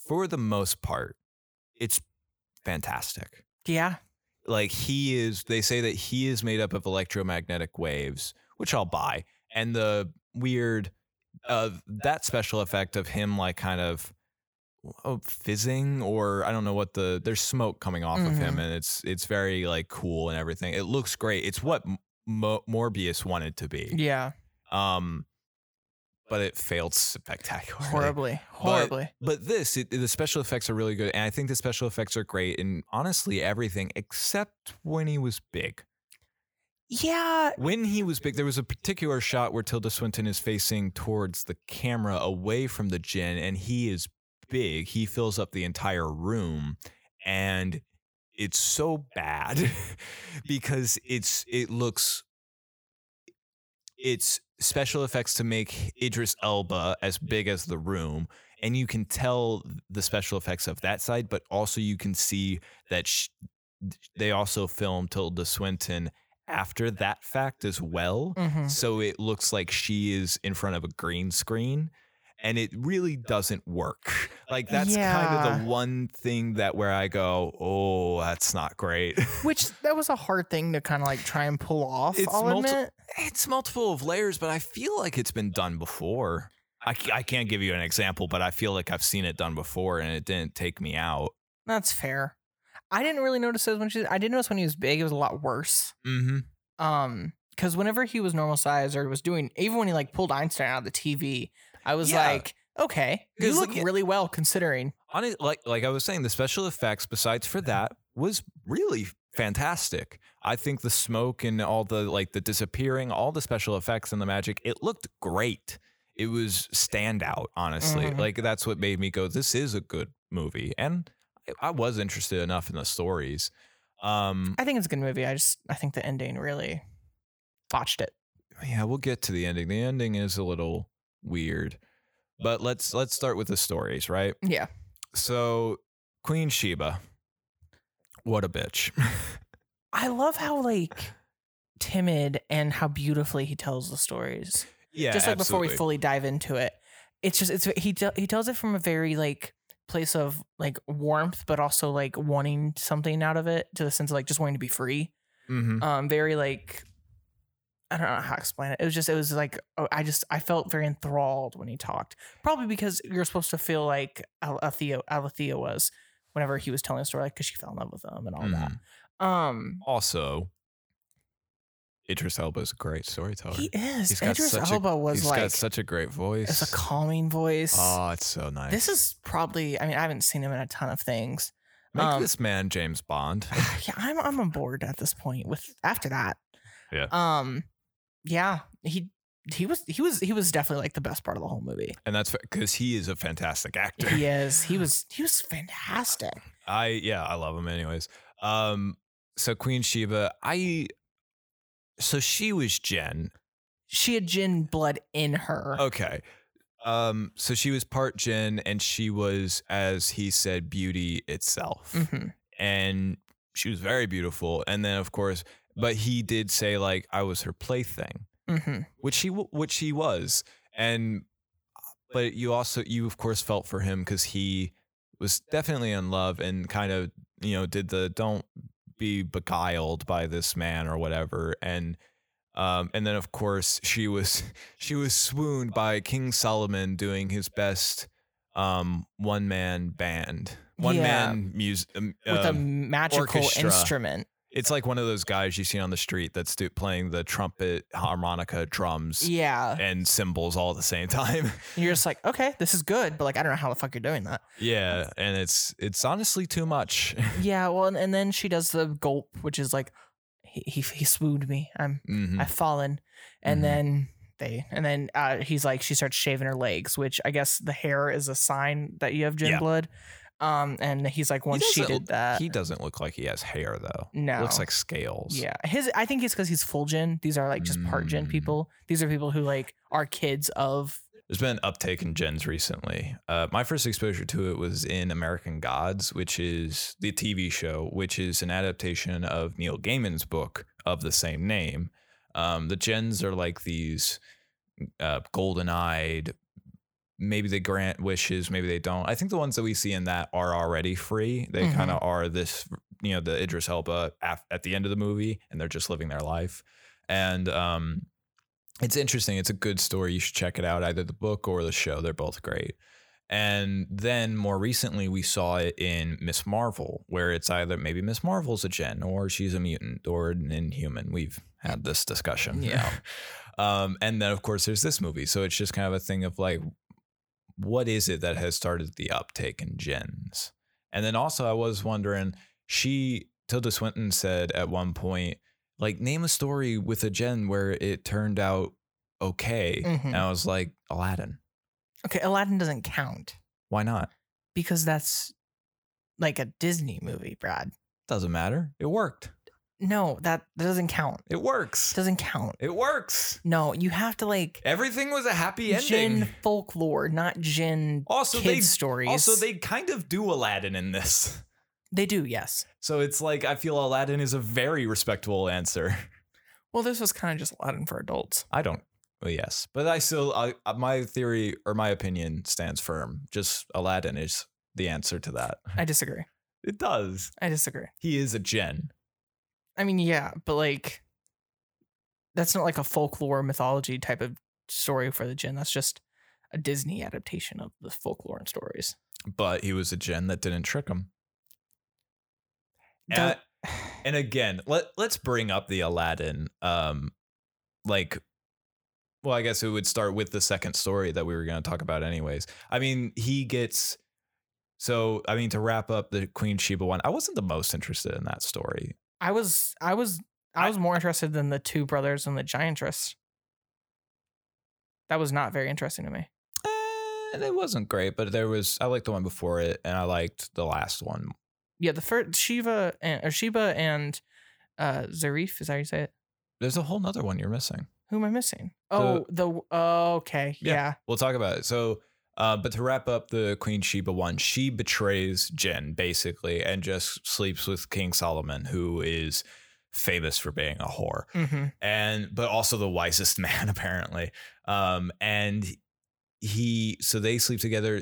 S1: For the most part, it's fantastic
S2: Yeah.
S1: like he is they say that he is made up of electromagnetic waves which i'll buy and the weird uh that special effect of him like kind of oh, fizzing or i don't know what the there's smoke coming off of him and it's it's very like cool and everything it looks great it's what Mo- morbius wanted to be
S2: Yeah.
S1: um but it failed spectacularly
S2: Horribly. Horribly.
S1: but this, it, the special effects are really good, and I think the special effects are great in honestly everything except when he was big.
S2: yeah.
S1: When he was big, there was a particular shot where Tilda Swinton is facing towards the camera, away from the gin, and he is big. He fills up the entire room, and it's so bad because it's it looks it's special effects to make Idris Elba as big as the room. And you can tell the special effects of that side, but also you can see that sh they also filmed Tilda Swinton after that fact as well.
S2: Mhm.
S1: So it looks like she is in front of a green screen and it really doesn't work. Like that's kind of
S2: Yeah.
S1: the one thing that where I go, "Oh, that's not great."
S2: Which that was a hard thing to kind of like try and pull off.
S1: It's
S2: I'll
S1: multi-
S2: admit.
S1: it's multiple of layers, but I feel like it's been done before. I, c- I can't give you an example, but I feel like I've seen it done before and it didn't take me out.
S2: That's fair. I didn't really notice those when she. I did notice when he was big, it was a lot worse.
S1: Mhm.
S2: Um, because whenever he was normal size or was doing, even when he like pulled Einstein out of the TV, I was
S1: Yeah.
S2: like, okay, you
S1: 'Cause
S2: look
S1: look at-
S2: really well considering.
S1: Honest, like like I was saying, the special effects besides for that was really fantastic. I think the smoke and all the like the disappearing, all the special effects and the magic, it looked great. It was standout, honestly.
S2: Mhm.
S1: Like that's what made me go, this is a good movie, and I, I was interested enough in the stories. Um,
S2: I think it's a good movie. I just I think the ending really botched it.
S1: yeah, we'll get to the ending. The ending is a little weird, but let's let's start with the stories, right?
S2: Yeah.
S1: So Queen Sheba, what a bitch.
S2: I love how like timid and how beautifully he tells the stories.
S1: yeah,
S2: just like before we
S1: absolutely.
S2: fully dive into it, it's just it's he te- he tells it from a very like place of like warmth, but also like wanting something out of it to the sense of like just wanting to be free.
S1: Mhm.
S2: Um, very like I don't know how to explain it. It was just it was like oh, I just I felt very enthralled when he talked. Probably because you're supposed to feel like Al- Alethea Alethea was whenever he was telling the story, like because she fell in love with him and all
S1: Mhm.
S2: that. Um,
S1: Also, Idris Elba is a great storyteller.
S2: he is
S1: Oh, He's got
S2: Idris
S1: such a-
S2: Elba was
S1: He's
S2: like
S1: got such a great voice.
S2: it's a calming voice.
S1: oh, it's so nice.
S2: This is probably. I mean, I haven't seen him in a ton of things.
S1: Make
S2: um,
S1: this man James Bond.
S2: yeah, I'm I'm on board at this point. With after that,
S1: Yeah.
S2: um, yeah, he he was he was he was definitely like the best part of the whole movie.
S1: And that's because he is a fantastic actor.
S2: He is. He was he was fantastic.
S1: I yeah, I love him anyways. Um so Queen Sheba, I so she was Jen.
S2: She had gin blood in her.
S1: Okay. Um so she was part Jen and she was as he said beauty itself.
S2: Mhm.
S1: And she was very beautiful and then of course but he did say like I was her plaything,
S2: Mhm.
S1: which she w- which she was. And but you also you of course felt for him cuz he was definitely in love and kind of, you know, did the don't be beguiled by this man or whatever and um, and then of course she was she was swooned by King Solomon doing his best um, one man band one man music um,
S2: With a
S1: um,
S2: magical
S1: orchestra.
S2: instrument.
S1: it's like one of those guys you see on the street that's do- playing the trumpet harmonica drums
S2: Yeah.
S1: and cymbals all at the same time
S2: And you're just like, okay, this is good, but like, I don't know how the fuck you're doing that.
S1: yeah and it's it's honestly too much
S2: Yeah. Well, and, and then she does the gulp, which is like, he he, he swooned me. I'm
S1: Mhm.
S2: I've fallen. And
S1: Mhm.
S2: then they, and then uh, he's like, she starts shaving her legs, which I guess the hair is a sign that you have gin
S1: Yeah.
S2: blood. Um, and he's like, once she
S1: doesn't-
S2: did that,
S1: he doesn't look like he has hair though
S2: uh, no,
S1: looks like scales
S2: yeah, his. I think it's because he's full gin. These are like just part gin
S1: Mm.
S2: people. These are people who like are kids of.
S1: There's been an uptake in gens recently. Uh, my first exposure to it was in American Gods, which is the TV show, which is an adaptation of Neil Gaiman's book of the same name. Um, the gens are like these uh, golden eyed, maybe they grant wishes, maybe they don't. I think the ones that we see in that are already free. They
S2: Mhm.
S1: kind of are this, you know, the Idris Elba af- at the end of the movie, and they're just living their life. And um, it's interesting. It's a good story. You should check it out, either the book or the show. They're both great. And then more recently, we saw it in Miss Marvel, where it's either maybe Miss Marvel's a Gen or she's a mutant or an inhuman. We've had this discussion.
S2: Yeah.
S1: um, and then, of course, there's this movie. So it's just kind of a thing of like, what is it that has started the uptake in gens? And then also, I was wondering, she, Tilda Swinton said at one point, like, name a story with a gen where it turned out okay.
S2: Mhm.
S1: And I was like, Aladdin.
S2: Okay, Aladdin doesn't count
S1: Why not?
S2: because that's like a Disney movie, Brad.
S1: Doesn't matter. It worked.
S2: no, that, that doesn't count.
S1: It works.
S2: Doesn't count.
S1: It works.
S2: No, you have to like
S1: Everything was a happy ending.
S2: Jin folklore, not Jin
S1: also,
S2: kid
S1: they
S2: stories.
S1: also they kind of do Aladdin in this.
S2: they do, yes.
S1: So it's like I feel Aladdin is a very respectable answer.
S2: Well, this was kind of just Aladdin for adults.
S1: I don't. Well, yes, but I still I, uh, my theory or my opinion stands firm. Just Aladdin is the answer to that.
S2: I disagree.
S1: It does.
S2: I disagree.
S1: He is a Jin.
S2: I mean, yeah, but like, that's not like a folklore mythology type of story for the Jin. That's just a Disney adaptation of the folklore and stories.
S1: but he was a Jin that didn't trick him. And,
S2: That-
S1: and again, let let's bring up the Aladdin. Um, like, well, I guess it would start with the second story that we were going to talk about, anyways. I mean, he gets. So, I mean, to wrap up the Queen Sheba one, I wasn't the most interested in that story.
S2: I was, I was, I was more interested than the two brothers and the giantress. That was not very interesting to me.
S1: And Eh, it wasn't great, but there was I liked the one before it, and I liked the last one.
S2: Yeah, the first Shiva and or Sheba and uh Zarif is that how you say it?
S1: There's a whole nother one you're missing.
S2: Who am I missing? Oh, the, oh, okay,
S1: Yeah.
S2: yeah.
S1: We'll talk about it. So, uh, but to wrap up the Queen Sheba one, she betrays Jen basically and just sleeps with King Solomon, who is famous for being a whore
S2: Mm-hmm.
S1: and but also the wisest man apparently um and he so they sleep together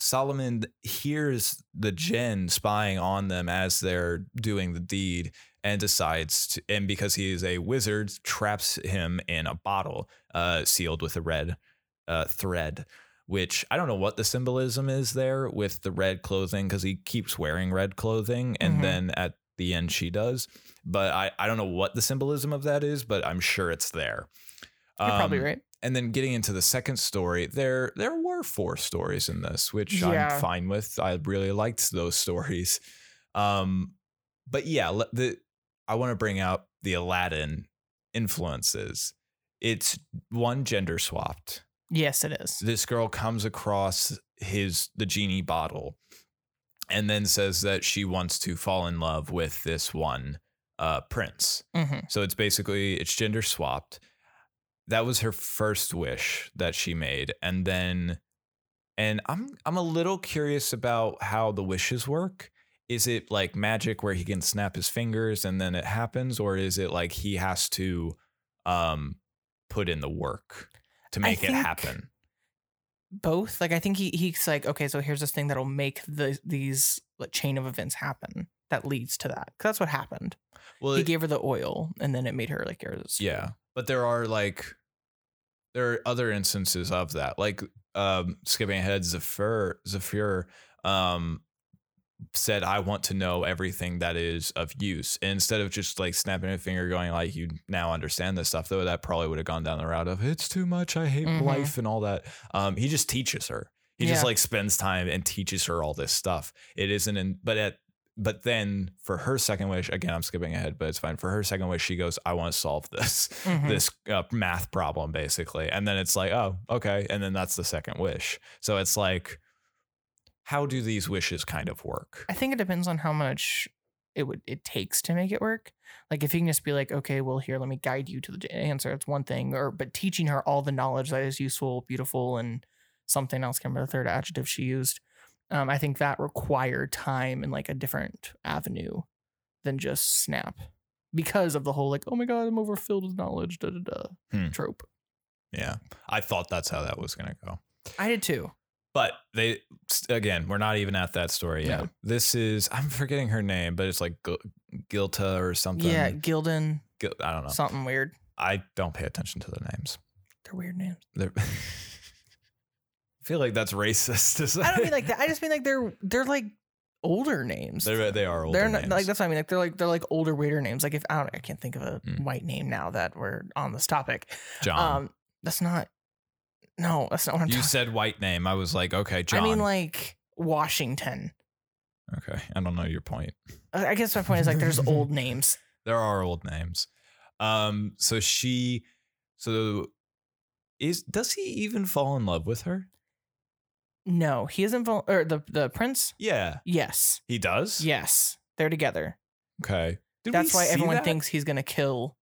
S1: solomon hears the jinn spying on them as they're doing the deed and decides to, and because he is a wizard traps him in a bottle uh sealed with a red uh thread which I don't know what the symbolism is there with the red clothing because he keeps wearing red clothing and
S2: Mhm.
S1: then at the end she does. But I, I don't know what the symbolism of that is, but I'm sure it's there.
S2: You're probably
S1: Um,
S2: right.
S1: And then getting into the second story, there there were four stories in this, which
S2: Yeah.
S1: I'm fine with. I really liked those stories. Um, but yeah, le- the I want to bring out the Aladdin influences. It's one gender swapped
S2: Yes, it is.
S1: this girl comes across his the genie bottle and then says that she wants to fall in love with this one uh, prince
S2: Mm-hmm.
S1: so it's basically it's gender swapped that was her first wish that she made and then and i'm i'm a little curious about how the wishes work is it like magic where he can snap his fingers and then it happens or is it like he has to um put in the work to
S2: I
S1: make it
S2: think-
S1: happen
S2: both. Like I think he he's like, okay, so here's this thing that'll make the these like, chain of events happen that leads to that. 'Cause that's what happened.
S1: well
S2: he
S1: it-
S2: gave her the oil, and then it made her like yours.
S1: Yeah. But there are like there are other instances of that. Like um skipping ahead, Zephyr Zephyr um said, I want to know everything that is of use. And instead of just like snapping a finger going like you now understand this stuff, though that probably would have gone down the route of it's too much, I hate
S2: Mhm.
S1: life and all that. Um he just teaches her. He just
S2: Yeah.
S1: like spends time and teaches her all this stuff. It isn't in but at but then for her second wish, again, I'm skipping ahead, but it's fine. For her second wish, she goes, I want to solve this
S2: Mhm.
S1: this uh, math problem basically and then it's like oh okay and then that's the second wish so it's like how do these wishes kind of work
S2: I think it depends on how much it would it takes to make it work. Like if he can just be like, okay, well here, let me guide you to the answer. It's one thing, or but teaching her all the knowledge that is useful, beautiful, and something else. Can't remember the third adjective she used. Um, I think that required time and like a different avenue than just snap because of the whole like, oh my god, I'm overfilled with knowledge, da da da
S1: Hmm.
S2: trope.
S1: yeah i thought that's how that was going to go
S2: I did too.
S1: but they again we're not even at that story yet
S2: No.
S1: this is i'm forgetting her name but it's like Gil- gilta or something
S2: Yeah, Gildan,
S1: Gil- i don't know
S2: something weird.
S1: i don't pay attention to the names
S2: They're weird names.
S1: They're i feel like that's racist to say.
S2: I don't mean like that. I just mean like they're they're like older names.
S1: they're, they are older
S2: they're not
S1: names.
S2: like that's what I mean. Like they're like they're like older waiter names. Like if I don't, I can't think of a
S1: Mm.
S2: white name now that we're on this topic.
S1: john
S2: Um, that's not. No, that's not what I'm
S1: you
S2: talking.
S1: said white name i was like okay john
S2: I mean like Washington.
S1: Okay. I don't know your point.
S2: I I guess my point is like there's old names.
S1: There are old names. Um, so she so is does he even fall in love with her?
S2: No, he isn't. Vul- or the the prince.
S1: Yeah.
S2: Yes,
S1: He does?
S2: yes, they're together.
S1: Okay. Did we
S2: That's why
S1: see
S2: everyone
S1: that?
S2: thinks he's gonna kill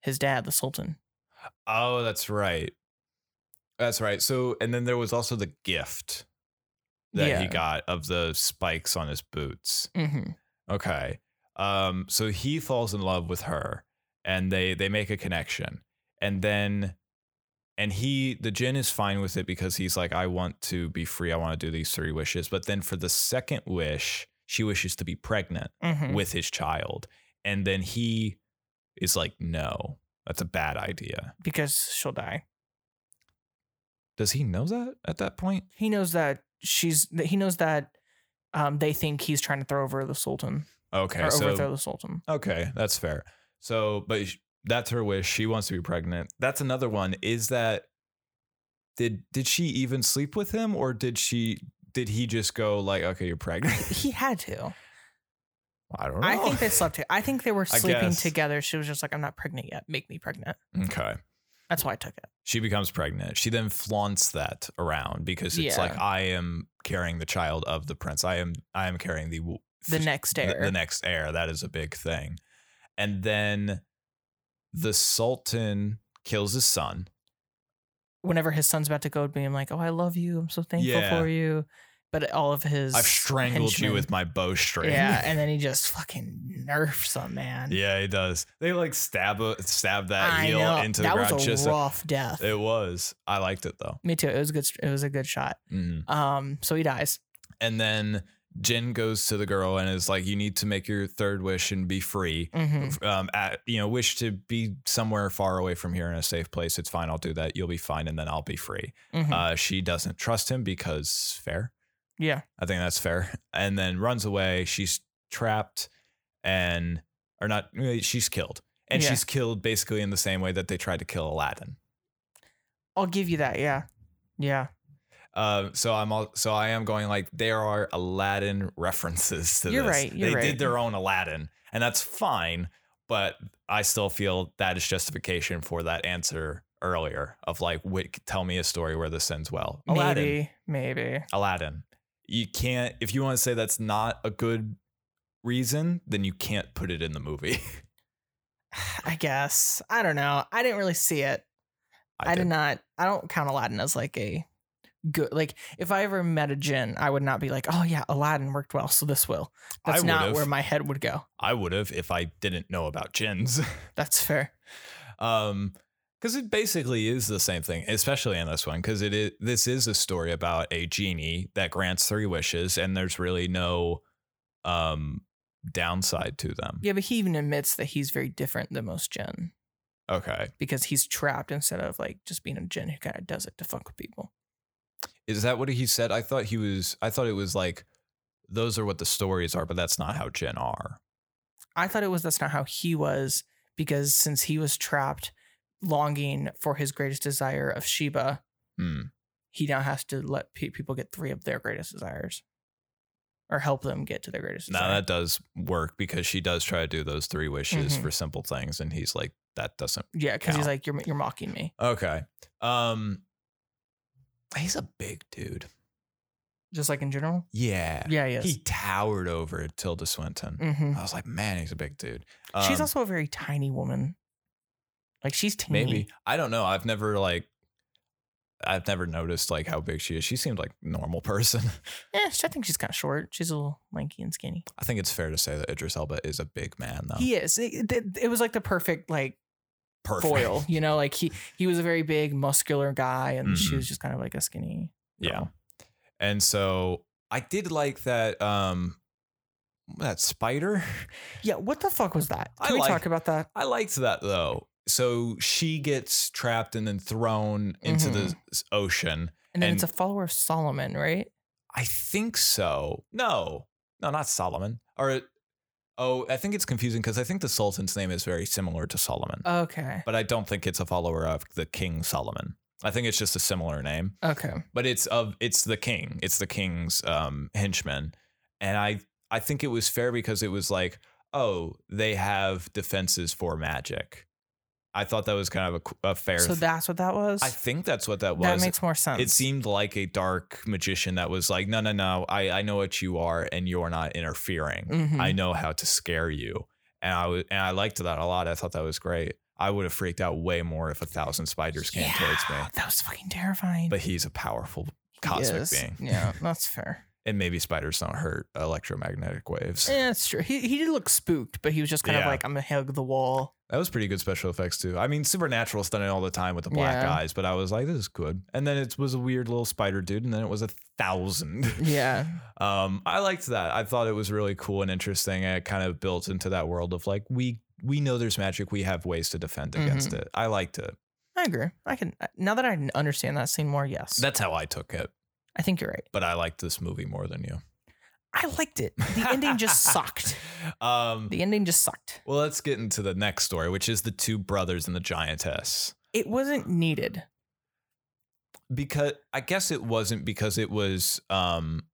S2: his dad, the Sultan.
S1: Oh, that's right. That's right. So, and then there was also the gift that he
S2: Yeah.
S1: got of the spikes on his boots.
S2: Mm-hmm.
S1: Okay. Um, so he falls in love with her and they they make a connection. And then and he the jinn is fine with it because he's like, I want to be free, I want to do these three wishes. But then for the second wish, she wishes to be pregnant
S2: Mm-hmm.
S1: with his child. And then he is like, No, that's a bad idea.
S2: Because she'll die.
S1: Does he know that at that point?
S2: He knows that she's. That he knows that um, they think he's trying to throw over the Sultan
S1: Okay,
S2: or
S1: so
S2: overthrow the Sultan.
S1: okay, that's fair. So, but sh- that's her wish. She wants to be pregnant. That's another one. Is that did did she even sleep with him, or did she did he just go like, okay, you're pregnant?
S2: He had to.
S1: I don't know.
S2: I think they slept. I think they were sleeping
S1: Oh. guess.
S2: together. She was just like, "I'm not pregnant yet. Make me pregnant."
S1: okay.
S2: That's why I took it.
S1: She becomes pregnant. She then flaunts that around because it's like
S2: Yeah.
S1: I am carrying the child of the prince. I am I am carrying the w-
S2: The next
S1: the-
S2: heir.
S1: The, next heir. That is a big thing. And then the Sultan kills his son.
S2: Whenever his son's about to go, being like, "Oh, I love you. I'm so thankful
S1: Yeah.
S2: for you," but all of his
S1: I've strangled you
S2: henchmen-
S1: with my bowstring.
S2: Yeah, and then he just fucking nerfs him, man.
S1: yeah, he does. They like stab a, stab that
S2: I
S1: heel
S2: know.
S1: into the
S2: that
S1: ground.
S2: was a
S1: just
S2: rough death.
S1: it was. I liked it though.
S2: Me too. It was a good. It was a good shot.
S1: Mhm.
S2: Um. So he dies.
S1: And then Jin goes to the girl and is like, "You need to make your third wish and be free."
S2: Mhm.
S1: Um, at, you know, wish to be somewhere far away from here in a safe place. It's fine. I'll do that. You'll be fine, and then I'll be free.
S2: Mhm.
S1: Uh, she doesn't trust him because fair.
S2: yeah.
S1: I think that's fair. And then runs away. She's trapped and or not really, she's killed. And
S2: Yeah.
S1: she's killed basically in the same way that they tried to kill Aladdin.
S2: I'll give you that. Yeah. Yeah.
S1: Uh, so I'm all, so I am going like there are Aladdin references to
S2: You're
S1: this.
S2: right, you're
S1: they
S2: right.
S1: did their own Aladdin, and that's fine. But I still feel that is justification for that answer earlier of like, wait, tell me a story where this ends well. Aladdin,
S2: Maybe. Maybe.
S1: Aladdin. You can't if you want to say that's not a good reason, then you can't put it in the movie.
S2: I guess. I don't know. I didn't really see it. I, did
S1: did.
S2: not. I don't count Aladdin as like a good. Like if I ever met a djinn, I would not be like, oh yeah, Aladdin worked well, so this will.
S1: I
S2: That's not
S1: would've.
S2: where my head would go.
S1: I would have if I didn't know about gins.
S2: That's fair.
S1: um because it basically is the same thing, especially in this one, because it is this is a story about a genie that grants three wishes, and there's really no um downside to them.
S2: Yeah, but he even admits that he's very different than most djinn
S1: Okay.
S2: because he's trapped instead of like just being a djinn who kind of does it to fuck with people.
S1: Is that what he said? I thought he was I thought it was like those are what the stories are, but that's not how Jin are.
S2: I thought it was that's not how he was because since he was trapped, longing for his greatest desire of Sheba,
S1: Hmm.
S2: he now has to let pe- people get three of their greatest desires or help them get to their greatest
S1: Now
S2: desire.
S1: that does work because she does try to do those three wishes
S2: Mhm.
S1: for simple things, and he's like, "That doesn't."
S2: yeah, because he's
S1: count.
S2: like, you're, you're mocking me.
S1: Okay. Um, he's a big dude.
S2: Just like in general?
S1: Yeah.
S2: Yeah, he is.
S1: He towered over Tilda Swinton.
S2: Mhm.
S1: I was like, man, he's a big dude.
S2: she's
S1: Um,
S2: also a very tiny woman. Like she's teeny.
S1: maybe I don't know. I've never like. I've never noticed like how big she is. She seemed like a normal person.
S2: Eh, I think she's kind of short. She's a little lanky and skinny.
S1: I think it's fair to say that Idris Elba is a big man though.
S2: He is. It, it- it was like the perfect like
S1: Perfect.
S2: foil. You know, like he he was a very big, muscular guy, and she
S1: Mhm.
S2: was just kind of like a skinny.
S1: Yeah.
S2: girl.
S1: And so I did like that um that spider.
S2: Yeah. What the fuck was that?
S1: I
S2: Can we
S1: like-
S2: talk about that?
S1: I liked that though. So she gets trapped and then thrown into the s- ocean.
S2: And then
S1: And-
S2: it's a follower of Solomon, right?
S1: I think so. No. No, not Solomon. Or oh, I think it's confusing because I think the Sultan's name is very similar to Solomon.
S2: Uh Okay.
S1: but I don't think it's a follower of the King Solomon. I think it's just a similar name.
S2: Okay.
S1: but it's of it's the king it's the king's um henchman and i i think it was fair because it was like oh they have defenses for magic i thought that was kind of a, qu- a fair
S2: So
S1: th-
S2: that's what that was.
S1: i think that's what that was
S2: that makes more sense.
S1: it seemed like a dark magician that was like no no no i i know what you are and you're not interfering
S2: Mhm.
S1: i know how to scare you and I was and I liked that a lot. I thought that was great. I would have freaked out way more if a thousand spiders came towards me.
S2: That was fucking terrifying.
S1: But he's a powerful cosmic
S2: Yes.
S1: being.
S2: Yeah, that's fair.
S1: and maybe spiders don't hurt electromagnetic waves.
S2: Yeah, that's true. He he did look spooked, but he was just kind of
S1: Yeah.
S2: like, I'm gonna hug the wall.
S1: That was pretty good special effects too. I mean, Supernatural's done it all the time with the black
S2: Yeah.
S1: eyes, but I was like, this is good. And then it was a weird little spider dude, and then it was a thousand.
S2: Yeah.
S1: um, I liked that. I thought it was really cool and interesting. And it kind of built into that world of like we we know there's magic, we have ways to defend
S2: Mm-hmm.
S1: against it. I liked it.
S2: I agree. I can now that I understand that scene more. Yes,
S1: That's how I took it.
S2: I think you're right.
S1: But I liked this movie more than you.
S2: I liked it. The ending just sucked.
S1: Um,
S2: The ending just sucked.
S1: well, let's get into the next story, which is the two brothers and the giantess.
S2: It wasn't needed.
S1: because I guess it wasn't because it was um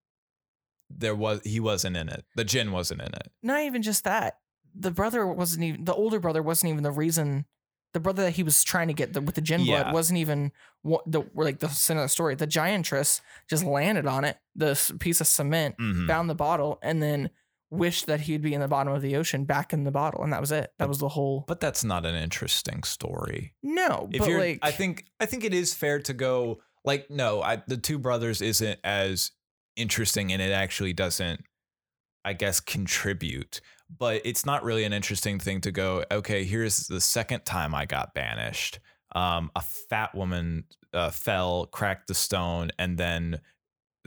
S1: there was he wasn't in it. The Jin wasn't in it.
S2: Not even just that. The brother wasn't even the older brother wasn't even the reason. The brother that he was trying to get the, with the gin
S1: Yeah.
S2: blood wasn't even what the like the center of the story. The giantress just landed on it, this piece of cement,
S1: Mm-hmm.
S2: found the bottle, and then wished that he'd be in the bottom of the ocean, back in the bottle, and that was it. That was the whole.
S1: But that's not an interesting story.
S2: No,
S1: If
S2: but
S1: you're
S2: like
S1: I think I think it is fair to go like no, I, the two brothers isn't as interesting and it actually doesn't I guess contribute. But it's not really an interesting thing to go, okay, here's the second time I got banished. Um, a fat woman uh, fell, cracked the stone, and then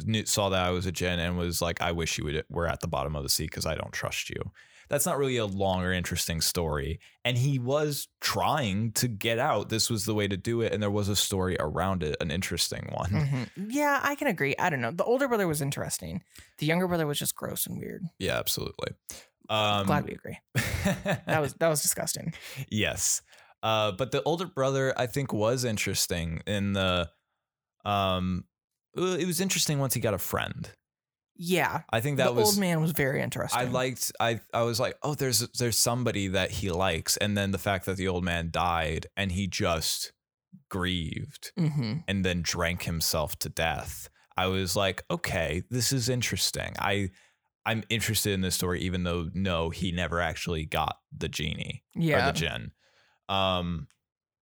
S1: knew, saw that I was a Jin and was like, I wish you would, were at the bottom of the sea because I don't trust you. That's not really a long or interesting story. And he was trying to get out. This was the way to do it. And there was a story around it, an interesting one.
S2: Mhm. Yeah, I can agree. I don't know. The older brother was interesting. The younger brother was just gross and weird.
S1: Yeah, absolutely. Um,
S2: Glad we agree. That was that was disgusting.
S1: yes. Uh, but the older brother, I think, was interesting in the. Um, uh, it was interesting once he got a friend.
S2: Yeah,
S1: I think that
S2: the
S1: was.
S2: old man was very interesting.
S1: I liked. I I was like, oh, there's there's somebody that he likes, and then the fact that the old man died and he just grieved
S2: hmm
S1: and then drank himself to death. I was like, okay, this is interesting. I I'm interested in this story, even though no, he never actually got the genie or
S2: Yeah,
S1: the gin. Um,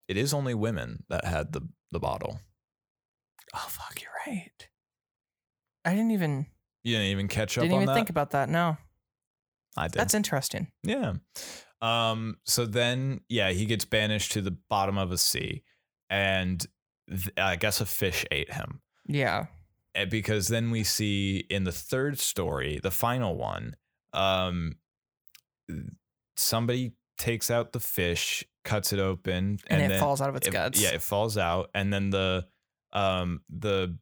S1: it is only women that had the the bottle.
S2: Oh fuck, you're right. I didn't even
S1: You didn't even catch up
S2: didn't
S1: on
S2: even
S1: that.
S2: think about that. No,
S1: I did.
S2: that's interesting.
S1: yeah. Um. So then, yeah, he gets banished to the bottom of a sea, and th- I guess a fish ate him.
S2: Yeah,
S1: Eh, because then we see in the third story, the final one, um, somebody takes out the fish, cuts it open,
S2: and, it
S1: then,
S2: falls out of its
S1: it-
S2: guts.
S1: Yeah, it falls out, and then the um the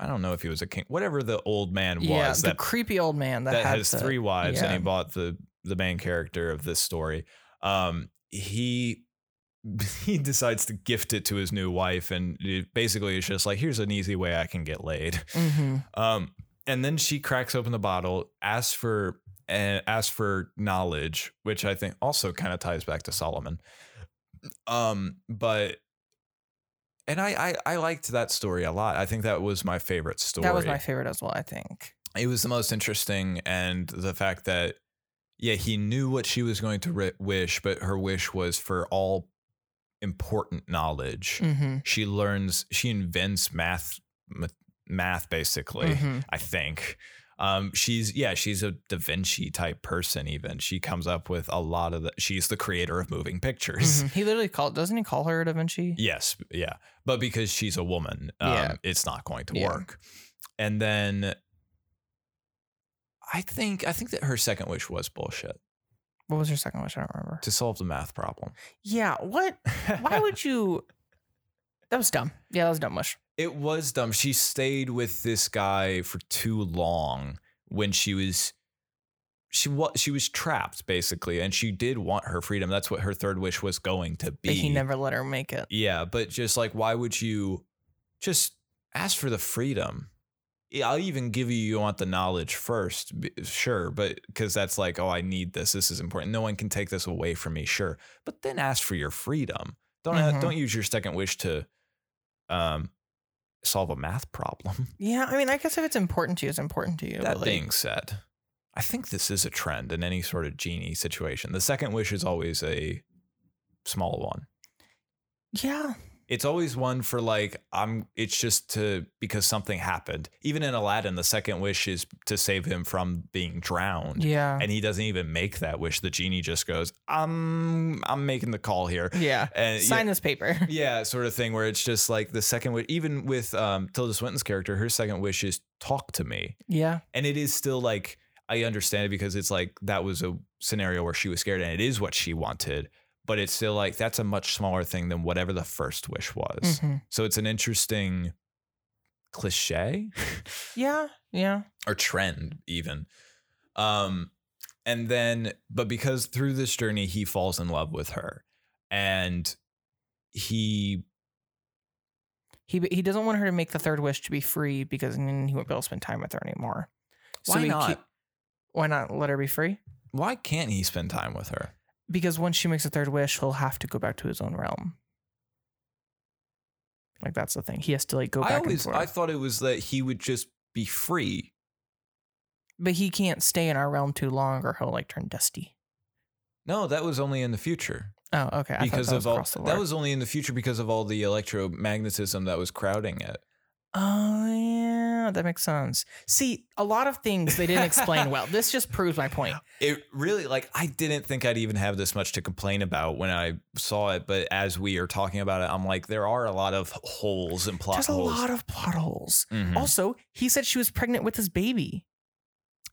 S1: I don't know if he was a king, whatever the old man was
S2: yeah. the
S1: that
S2: creepy old man that,
S1: that
S2: had
S1: has
S2: the-
S1: three wives, and
S2: yeah.
S1: he bought the the main character of this story. Um, he he decides to gift it to his new wife, and it basically it's just like here's an easy way I can get laid.
S2: Mhm.
S1: Um, and then she cracks open the bottle, asks for and asks for knowledge, which I think also kind of ties back to Solomon. Um, but and I, I I liked that story a lot. I think that was my favorite story.
S2: That was my favorite as well. I think.
S1: it was the most interesting, and the fact that yeah, he knew what she was going to ri wish, but her wish was for all important knowledge.
S2: hmm
S1: She learns, she invents math, ma- math basically.
S2: hmm
S1: I think. Um, she's yeah, she's a Da Vinci type person. Even she comes up with a lot of the. She's the creator of moving pictures.
S2: Mm-hmm. He literally called. Doesn't he call her Da Vinci?
S1: Yes, yeah, but because she's a woman, um,
S2: Yeah.
S1: it's not going to
S2: Yeah.
S1: work. And then, I think I think that her second wish was bullshit
S2: What was her second wish? I don't remember.
S1: to solve the math problem.
S2: Yeah. What? Why would you? That was dumb. Yeah, that was a dumb wish.
S1: It was dumb. She stayed with this guy for too long when she was she was she was trapped basically and she did want her freedom. That's what her third wish was going to be.
S2: But he never let her make it.
S1: Yeah, but just like why would you just ask for the freedom? Yeah, I'll even give you you want the knowledge first, b- sure, but cuz that's like oh I need this. This is important. No one can take this away from me, sure. But then ask for your freedom. Don't
S2: Mhm.
S1: don't use your second wish to um solve a math problem.
S2: Yeah, I mean, I guess if it's important to you, it's important to you.
S1: That
S2: but, like,
S1: being said, I think this is a trend in any sort of genie situation. The second wish is always a small one.
S2: Yeah.
S1: It's always one for like I'm it's just to because something happened. Even in Aladdin, the second wish is to save him from being drowned.
S2: Yeah.
S1: And he doesn't even make that wish. The genie just goes, "I'm I'm making the call here."
S2: yeah.
S1: And yeah,
S2: Sign this paper.
S1: yeah, sort of thing where it's just like the second wish, even with um, Tilda Swinton's character, her second wish is talk to me.
S2: Yeah.
S1: And it is still like, I understand it because it's like that was a scenario where she was scared and it is what she wanted. But it's still like, that's a much smaller thing than whatever the first wish was.
S2: Mhm.
S1: So it's an interesting cliche
S2: Yeah. Yeah.
S1: or trend, even. Um, and then, but because through this journey, he falls in love with her and he
S2: He he doesn't want her to make the third wish to be free because then he won't be able to spend time with her anymore.
S1: Why
S2: he
S1: not?
S2: why not let her be free?
S1: why can't he spend time with her?
S2: Because once she makes a third wish, he'll have to go back to his own realm. Like that's the thing. He has to like go back
S1: I
S2: and
S1: always
S2: forth.
S1: I thought it was that he would just be free.
S2: but he can't stay in our realm too long, or he'll like turn dusty.
S1: No, that was only in the future
S2: Oh, okay. I thought
S1: because
S2: that was
S1: of all
S2: across the
S1: that
S2: board.
S1: was only in the future because of all the electromagnetism that was crowding it.
S2: Oh yeah, that makes sense. See, a lot of things they didn't explain well. This just proves my point.
S1: It really like I didn't think I'd even have this much to complain about when I saw it, but as we are talking about it, I'm like there are a lot of holes and plot
S2: There's
S1: holes.
S2: a lot of plot holes.
S1: Mhm.
S2: Also, he said she was pregnant with his baby,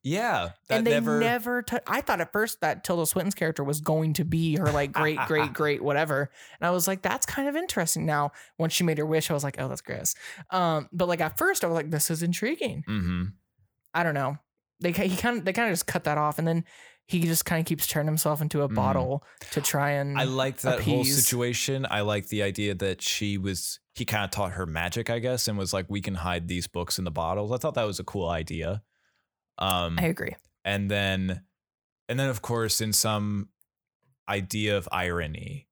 S1: Yeah, that
S2: and they
S1: never,
S2: never. tou- I thought at first that Tilda Swinton's character was going to be her like great, great, great, whatever. And I was like, that's kind of interesting. Now, once she made her wish, I was like, oh, that's gross. Um, but like at first, I was like, this is intriguing.
S1: hmm
S2: I don't know. They ki- he kind of they kind of just cut that off, and then he just kind of keeps turning himself into a
S1: Mhm.
S2: bottle to try and.
S1: I liked that whole
S2: mm, appease.
S1: situation. I liked the idea that she was he kind of taught her magic, I guess, and was like, "We can hide these books in the bottles." I thought that was a cool idea. Um,
S2: I agree.
S1: and then, and then, of course, in some idea of irony,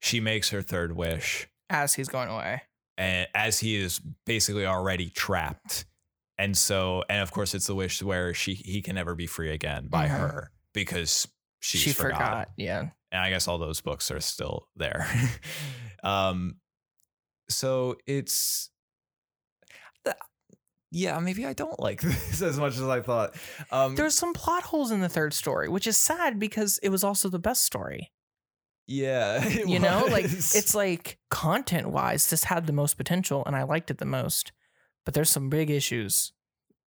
S1: she makes her third wish,
S2: As he's going away,
S1: and as he is basically already trapped, and so, and of course, it's the wish where she he can never be free again by
S2: Mhm.
S1: her because she's
S2: she
S1: forgot.
S2: forgot. Yeah,
S1: and I guess all those books are still there. um, so it's, th- yeah, maybe I don't like this as much as I thought. Um,
S2: there's some plot holes in the third story, which is sad because it was also the best story.
S1: yeah, it
S2: you know like
S1: was.
S2: it's like content wise this had the most potential and i liked it the most but there's some big issues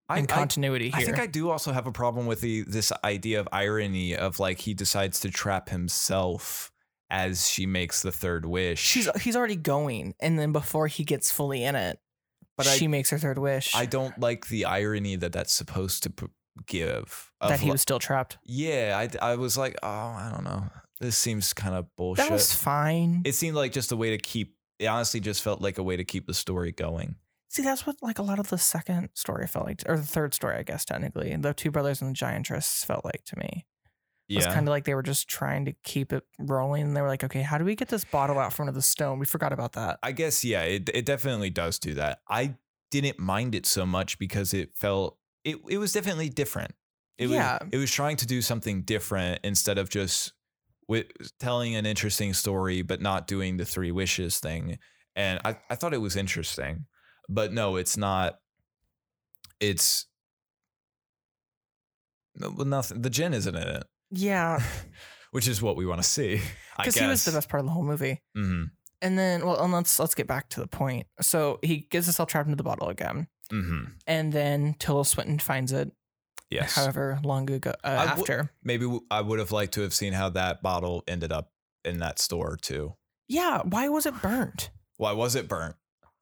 S1: I,
S2: in
S1: I-
S2: continuity
S1: I
S2: here
S1: think I do also have a problem with the this idea of irony of like he decides to trap himself as she makes the third wish.
S2: she's he's already going and then before he gets fully in it
S1: but
S2: she
S1: I
S2: makes her third wish
S1: I don't like the irony that that's supposed to p- give of
S2: that he
S1: li-
S2: was still trapped
S1: Yeah, I, I was like, oh, I don't know. This seems kind of bullshit.
S2: that was fine
S1: Oh, it seemed like just a way to keep. It honestly just felt like a way to keep the story going.
S2: see that's what like a lot of the second story felt like or the third story i guess technically the two brothers and the giantess felt like to me It was kind of like they were just trying to keep it rolling and they were like okay how do we get this bottle out from under the stone we forgot about that
S1: I guess yeah. It it definitely does do that. I didn't mind it so much because it felt it it was definitely different. It
S2: Yeah.
S1: was it was trying to do something different instead of just with telling an interesting story but not doing the three wishes thing. And I I thought it was interesting, but no, it's not. It's no, well, nothing. The gin isn't in it,
S2: yeah
S1: which is what we want to see. I
S2: Uh because
S1: guess
S2: he was the best part of the whole movie
S1: hmm
S2: And then, well, and let's let's get back to the point. So he gets himself trapped into the bottle again,
S1: hmm
S2: and then Tilda Swinton finds it,
S1: Yes.
S2: however long ago uh,
S1: w-
S2: after.
S1: maybe w- I would have liked to have seen how that bottle ended up in that store too.
S2: yeah, why was it burnt?
S1: Why was it burnt?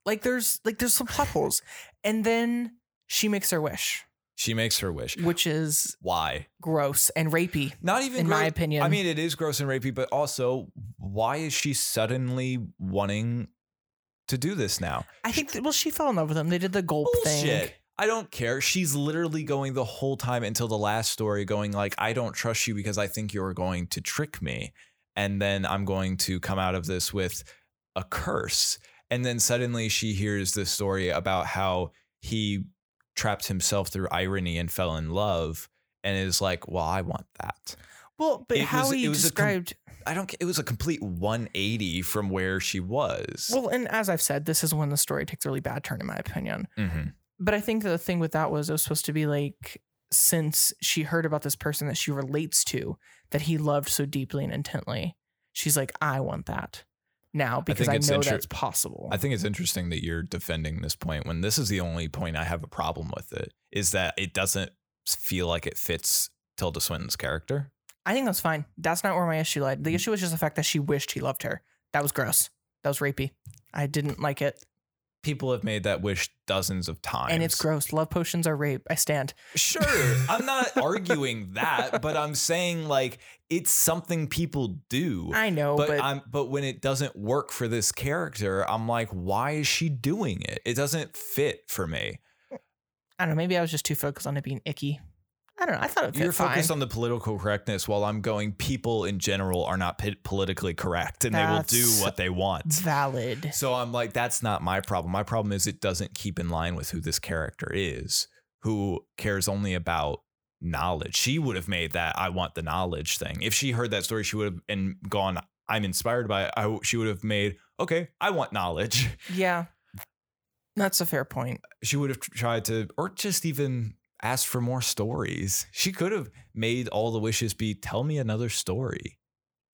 S2: Like there's like there's some plot holes, and then she makes her wish,
S1: She makes her wish.
S2: which is
S1: Why?
S2: gross and rapey,
S1: Not even
S2: in
S1: gross.
S2: my opinion.
S1: I mean, it is gross and rapey, but also, why is she suddenly wanting to do this now?
S2: I think that, well, she fell in love with him. They did the gulp thing.
S1: Bullshit. I don't care. She's literally going the whole time until the last story, going like, "I don't trust you because I think you're going to trick me," and then I'm going to come out of this with a curse. And then suddenly she hears this story about how he trapped himself through irony and fell in love, and is like, well, I want that.
S2: Well, but
S1: It
S2: how
S1: was-
S2: he
S1: it was a com-
S2: described.
S1: I don't. ca- It was a complete 180 from where she was.
S2: well, and as I've said, this is when the story takes a really bad turn, in my opinion.
S1: Mhm.
S2: But I think the thing with that was it was supposed to be like since she heard about this person that she relates to that he loved so deeply and intently, she's like, I want that now because
S1: think
S2: I,
S1: it's
S2: know
S1: inter-
S2: that's possible.
S1: I think it's interesting that you're defending this point when this is the only point I have a problem with it is that it doesn't feel like it fits Tilda Swinton's character.
S2: I think that's fine. That's not where my issue lied.
S1: Mm.
S2: The issue was just the fact that she wished he loved her. That was gross. That was rapey. I didn't like it.
S1: People have made that wish dozens of times,
S2: And it's gross. Love potions are rape. I stand.
S1: Sure, I'm not arguing that, but I'm saying like it's something people do.
S2: I know,
S1: but,
S2: but,
S1: I'm but when it doesn't work for this character, I'm like, why is she doing it? It doesn't fit for me.
S2: I don't know. Maybe I was just too focused on it being icky. I don't know. I thought it fit
S1: You're
S2: fine.
S1: focused on the political correctness, while I'm going. People in general are not p- politically correct, and they will
S2: That's-
S1: do what they want.
S2: valid.
S1: So I'm like, that's not my problem. My problem is it doesn't keep in line with who this character is, who cares only about knowledge. She would have made that I want the knowledge thing. If she heard that story, she would have and gone, I'm inspired by it. I, w- she would have made, okay, I want knowledge.
S2: Yeah. That's a fair point.
S1: she would have tried to, or just even asked for more stories. She could have made all the wishes be tell me another story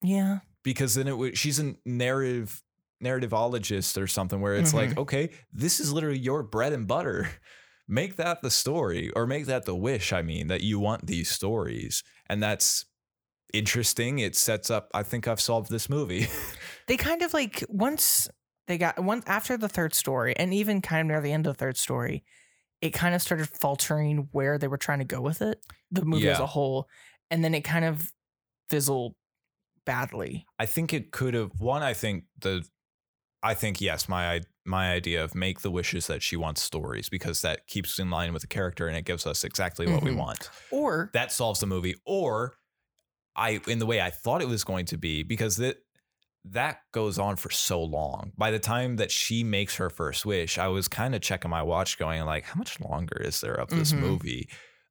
S2: Yeah.
S1: because then it would, she's a narrative narrativeologist or something where it's like, okay, this is literally your bread and butter. Make that the story or make that the wish. I mean, that you want these stories. And that's interesting. It sets up, I think I've solved this movie.
S2: They kind of like once they got once after the third story and even kind of near the end of the third story, it kind of started faltering where they were trying to go with it, the movie as
S1: Yeah.
S2: a whole, and then it kind of fizzled badly.
S1: I think it could have one. I think the, I think yes, my i- my idea of make the wishes that she wants stories because that keeps in line with the character and it gives us exactly what we
S2: Mhm.
S1: want.
S2: Or
S1: That solves the movie, or I in the way I thought it was going to be because that that goes on for so long. By the time that she makes her first wish, I was kind of checking my watch, going like, how much longer is there of this
S2: Mhm.
S1: movie?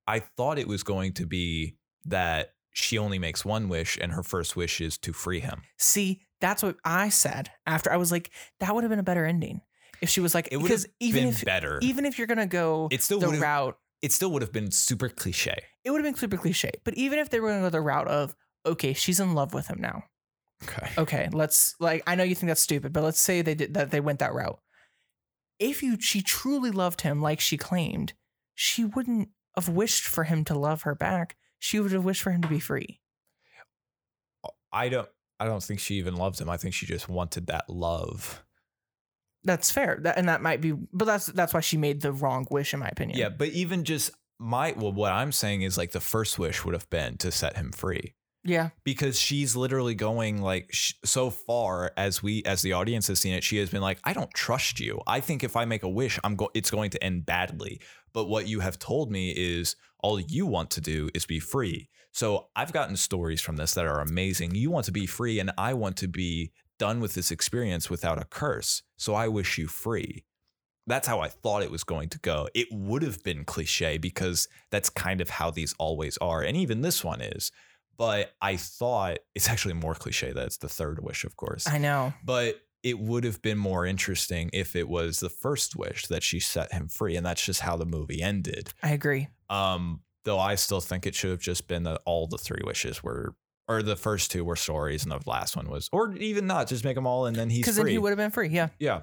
S1: I thought it was going to be that she only makes one wish and her first wish is to free him.
S2: see, that's what I said after I was like, that would have been a better ending. If she was like,
S1: It would have
S2: because even
S1: been
S2: if
S1: better.
S2: even if you're gonna go
S1: it still
S2: the
S1: would have
S2: route
S1: it still would have been super cliche.
S2: it would have been super cliche. But even if they were going to go the route of, okay, she's in love with him now.
S1: Okay.
S2: Okay, let's like I know you think that's stupid, but let's say they did that they went that route. If you she truly loved him like she claimed, she wouldn't have wished for him to love her back. She would have wished for him to be free.
S1: I don't I don't think she even loved him. I think she just wanted that love.
S2: That's fair. That, and that might be but that's that's why she made the wrong wish in my opinion.
S1: Yeah. but even just my well, what I'm saying is like the first wish would have been to set him free.
S2: Yeah.
S1: Because she's literally going like sh- so far as we as the audience has seen it, she has been like, I don't trust you. I think if I make a wish, I'm go- it's going to end badly. But what you have told me is all you want to do is be free. So I've gotten stories from this that are amazing. You want to be free, and I want to be done with this experience without a curse. So I wish you free. That's how I thought it was going to go. It would have been cliche because that's kind of how these always are. And even this one is. But I thought it's actually more cliche that it's the third wish, of course
S2: I know.
S1: but it would have been more interesting if it was the first wish that she set him free and that's just how the movie ended
S2: I agree.
S1: um though i still think it should have just been that all the three wishes were or the first two were stories and the last one was or even not just make them all and then he's
S2: Because
S1: free
S2: then he would have been free. Yeah.
S1: yeah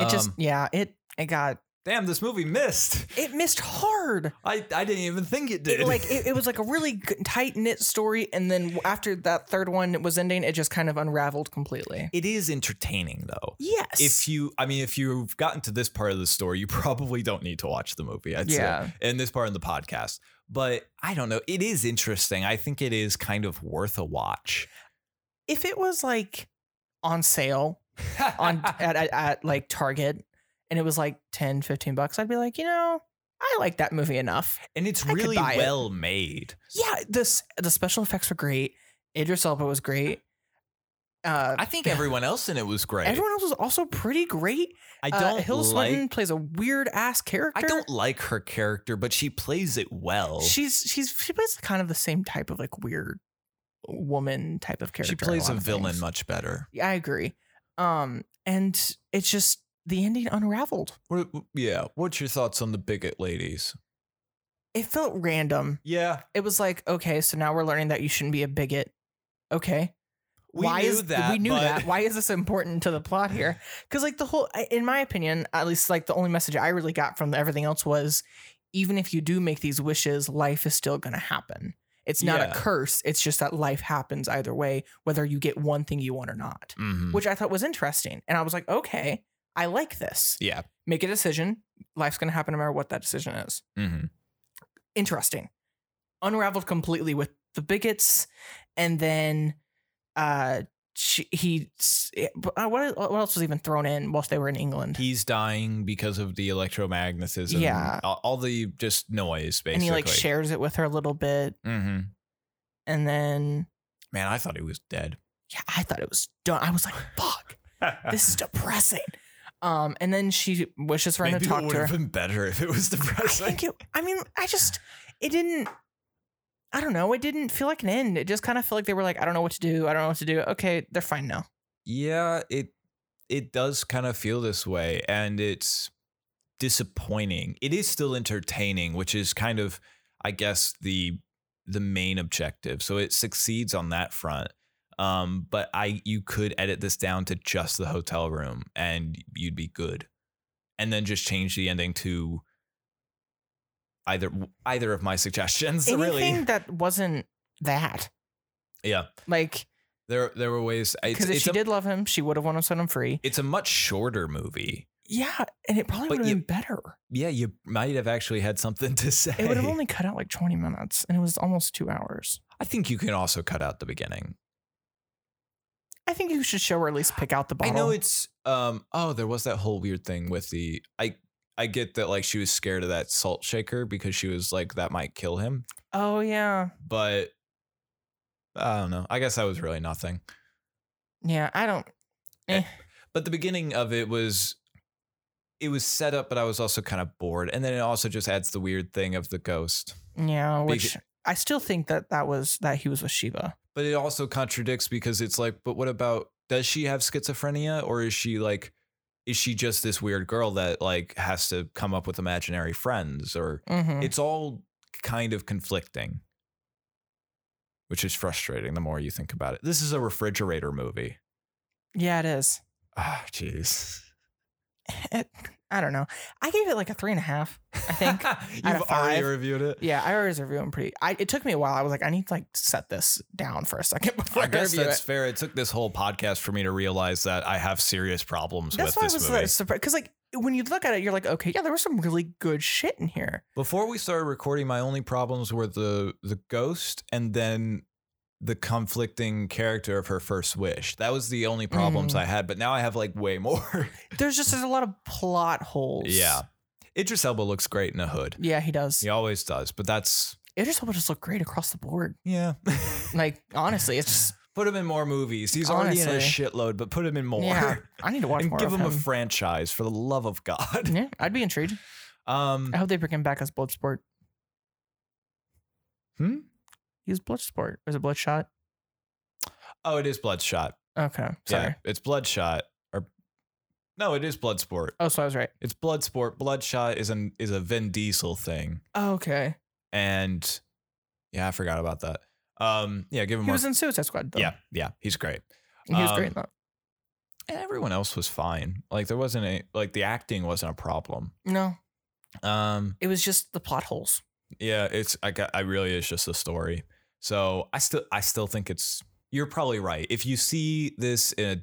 S2: It just
S1: Um,
S2: yeah, it it got
S1: damn this movie missed
S2: it missed hard.
S1: i i didn't even think it did
S2: it, like it, it was like a really tight knit story, and then after that third one was ending, it just kind of unraveled completely.
S1: it is entertaining though
S2: Yes.
S1: if you i mean if you've gotten to this part of the story you probably don't need to watch the movie i'd
S2: Yeah.
S1: say in this part of the podcast but i don't know it is interesting i think it is kind of worth a watch
S2: if it was like on sale on at, at, at like Target, and it was like 10, 15 bucks, I'd be like, you know, I like that movie enough.
S1: and it's
S2: I could
S1: really
S2: buy it.
S1: well made
S2: Yeah, this the special effects were great. Idris Elba was great. Uh,
S1: I think everyone else in it was great.
S2: everyone else was also pretty great.
S1: I
S2: Uh,
S1: don't
S2: Hilda
S1: like.
S2: Swanton plays a weird ass character.
S1: I don't like her character, but she plays it well.
S2: She's she's she plays kind of the same type of like weird woman type of character.
S1: she
S2: in
S1: plays
S2: lot
S1: a
S2: of
S1: villain
S2: things.
S1: much better.
S2: Yeah, I agree. Um, and it's just the ending unraveled.
S1: What, yeah. What's your thoughts on the bigot ladies?
S2: It felt random.
S1: Yeah,
S2: It was like, okay, so now we're learning that you shouldn't be a bigot. Okay.
S1: we
S2: why
S1: knew
S2: is
S1: that.
S2: we knew
S1: but-
S2: that why is this important to the plot here because like the whole I- in my opinion at least like the only message i really got from everything else was even if you do make these wishes life is still going to happen it's not
S1: Yeah.
S2: a curse it's just that life happens either way whether you get one thing you want or not
S1: Mhm.
S2: which i thought was interesting and i was like okay i like this
S1: yeah.
S2: make a decision life's going to happen no matter what that decision is
S1: hmm
S2: interesting. Unraveled completely with the bigots, and then uh, she, he s- uh, what what else was even thrown in whilst they were in England?
S1: He's dying because of the electromagnetism.
S2: Yeah.
S1: All, all the just noise, basically.
S2: and he like shares it with her a little bit,
S1: hmm
S2: and then
S1: Man, I thought he was dead.
S2: yeah, I thought it was done. I was like, fuck, this is depressing. Um, and then she wishes for him
S1: Maybe
S2: to talk
S1: it would
S2: to her.
S1: have been better if it was
S2: I
S1: depressing.
S2: think it. I mean, I just it didn't. I don't know. It didn't feel like an end. It just kind of felt like they were like, I don't know what to do. I don't know what to do. Okay, they're fine now.
S1: yeah it it does kind of feel this way and it's disappointing it is still entertaining which is kind of i guess the the main objective so it succeeds on that front um but i you could edit this down to just the hotel room and you'd be good and then just change the ending to either either of my suggestions
S2: anything
S1: really
S2: that wasn't that
S1: yeah
S2: like
S1: there there were ways it's,
S2: because if
S1: it's
S2: she
S1: a,
S2: did love him she would have wanted to set him free
S1: it's a much shorter movie
S2: yeah and it probably
S1: But
S2: would have
S1: you-
S2: been better
S1: yeah, you might have actually had something to say.
S2: it would have only cut out like 20 minutes and it was almost two hours
S1: I think you can also cut out the beginning.
S2: i think you should show or at least pick out the bottle
S1: I know it's um oh, there was that whole weird thing with the I I get that like she was scared of that salt shaker because she was like that might kill him,
S2: oh yeah
S1: but I don't know. I guess that was really nothing.
S2: yeah i don't
S1: But the beginning of it was it was set up, but I was also kind of bored. And then it also just adds the weird thing of the ghost.
S2: yeah
S1: Big-
S2: which i still think that that was that he was with shiva
S1: but it also contradicts because it's like but what about does she have schizophrenia or is she like is she just this weird girl that like has to come up with imaginary friends or
S2: hmm
S1: it's all kind of conflicting which is frustrating the more you think about it this is a refrigerator movie
S2: yeah it is
S1: ah jeez
S2: it, eh, i don't know i gave it like a three and a half i think
S1: you've
S2: of
S1: already
S2: five.
S1: reviewed it
S2: Yeah, I always review them pretty. I, it took me a while. I was like, I need to like set this down for a second before I,
S1: I guess
S2: review
S1: that's
S2: it.
S1: fair. It took this whole podcast for me to realize that I have serious problems
S2: That's
S1: with
S2: why I
S1: this
S2: was
S1: movie.
S2: like, surprised because like when you look at it, you're like, okay, yeah, there was some really good shit in here.
S1: Before we started recording, my only problems were the the ghost and then the conflicting character of her first wish. That was the only problems
S2: Mm.
S1: I had, but now I have like way more.
S2: There's just there's a lot of plot holes.
S1: yeah. Idris Elba looks great in a hood.
S2: yeah, he does.
S1: He always does, but that's
S2: It just just look great across the board.
S1: yeah.
S2: Like honestly, it's just
S1: put him in more movies. He's already in a
S2: Honestly.
S1: shitload, but put him in more.
S2: Yeah, I need to watch
S1: and
S2: more
S1: give
S2: of
S1: him, a
S2: him.
S1: franchise for the love of God.
S2: yeah, I'd be intrigued.
S1: Um
S2: I hope they bring him back as Bloodsport.
S1: Hmm?
S2: He was Bloodsport. Was it Bloodshot?
S1: oh, it is Bloodshot.
S2: Okay, sorry.
S1: Yeah, it's Bloodshot or No, it is Bloodsport.
S2: Oh, so I was right.
S1: It's Bloodsport. Bloodshot is an is a Vin Diesel thing,
S2: Oh, okay.
S1: and yeah, I forgot about that. Um, yeah, give him
S2: He
S1: more.
S2: was in Suicide Squad though.
S1: yeah, yeah, he's great,
S2: And he was
S1: Um,
S2: great in that.
S1: and everyone else was fine. Like there wasn't a like the acting wasn't a problem.
S2: No,
S1: Um,
S2: it was just the plot holes.
S1: yeah, it's I got I really is just a story. So I still I still think it's you're probably right. If you see this in a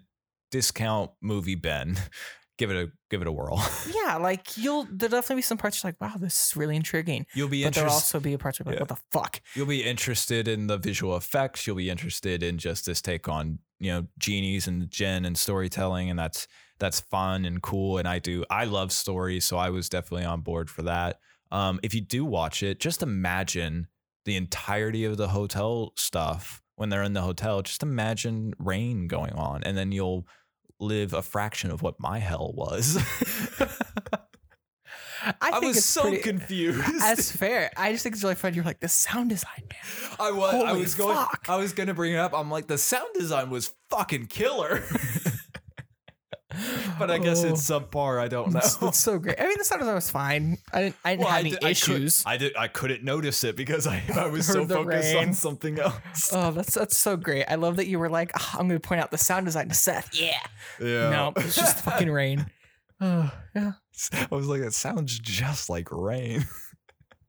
S1: discount movie bin, give it a give it a whirl.
S2: Yeah, like you'll there'll definitely be some parts you're like, wow, this is really intriguing.
S1: You'll be
S2: But there'll
S1: interested.
S2: also be parts where you're like, what the fuck?
S1: You'll be interested in the visual effects. You'll be interested in just this take on you know genies and gin and storytelling, and that's that's fun and cool. And I do I love stories, so I was definitely on board for that. Um, if you do watch it, just imagine the entirety of the hotel stuff when they're in the hotel, just imagine rain going on, and then you'll live a fraction of what my hell was.
S2: I,
S1: I,
S2: think
S1: was
S2: it's
S1: so
S2: pretty-
S1: confused.
S2: That's fair. I just think it's really fun. You're like the sound design, man.
S1: I was I
S2: Holy
S1: was going
S2: fuck.
S1: I was gonna bring it up. I'm like the sound design was fucking killer. but I guess it's subpar. I don't know.
S2: Oh. It's, it's so great. I mean, the sound design was fine. I didn't. I didn't
S1: Oh, Well,
S2: have
S1: I
S2: any
S1: did- I could-
S2: issues.
S1: I did I couldn't notice it because I, I was
S2: Heard
S1: so
S2: the
S1: focused
S2: rain.
S1: on something else.
S2: Oh, that's that's so great. I love that you were like, "Ah, I'm going to point out the sound design to Seth. Yeah.
S1: Yeah.
S2: No, it's just fucking rain. Oh, yeah.
S1: I was like, that sounds just like rain.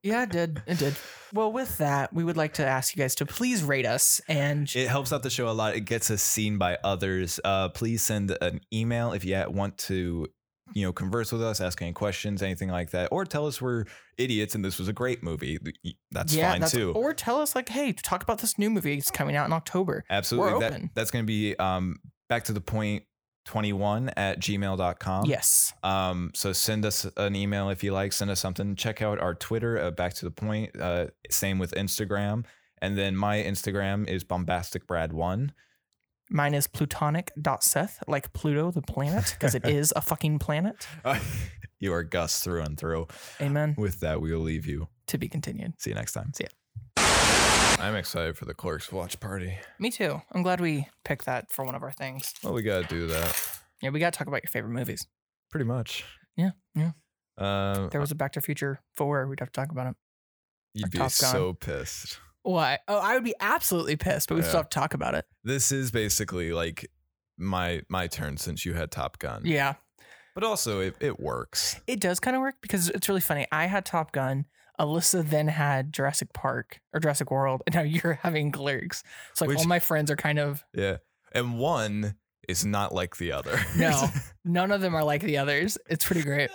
S2: Yeah, it did. It did. Well, with that, we would like to ask you guys to please rate us and
S1: It helps out the show a lot. It gets us seen by others. Uh, please send an email if you want to, you know, converse with us, ask any questions, anything like that, or tell us we're idiots and this was a great movie. That's
S2: yeah,
S1: fine too.
S2: Or tell us like, hey, talk about this new movie. It's coming out in October.
S1: Absolutely.
S2: We're
S1: That-
S2: open.
S1: that's going to be um, back to the point 21 at gmail.com.
S2: yes.
S1: Um, so send us an email if you like, send us something. Check out our Twitter, uh, back to the point. Uh, same with Instagram. And then my Instagram is bombasticbrad1.
S2: Mine is plutonic.seth, like Pluto the planet, because it is a fucking planet.
S1: you are Gus through and through.
S2: Amen.
S1: With that, we will leave you.
S2: To be continued.
S1: See you next time.
S2: See
S1: I'm excited for the Clerks watch party.
S2: Me too. I'm glad we picked that for one of our things.
S1: Well, we got to do that.
S2: Yeah, we got to talk about your favorite movies.
S1: Pretty much.
S2: Yeah, yeah.
S1: Uh,
S2: There was a Back to the Future 4. We'd have to talk about it.
S1: you'd be
S2: Top Gun.
S1: so pissed.
S2: Why? Oh, I would be absolutely pissed, but we still
S1: Yeah.
S2: have to talk about it.
S1: this is basically like my my turn since you had Top Gun.
S2: Yeah.
S1: But also it, it works.
S2: It does kind of work because it's really funny. I had Top Gun. Alyssa then had Jurassic Park or Jurassic World, and now you're having Clerks. It's like
S1: Which-
S2: all my friends are kind of
S1: Yeah. And one is not like the other.
S2: No. none of them are like the others. It's pretty great.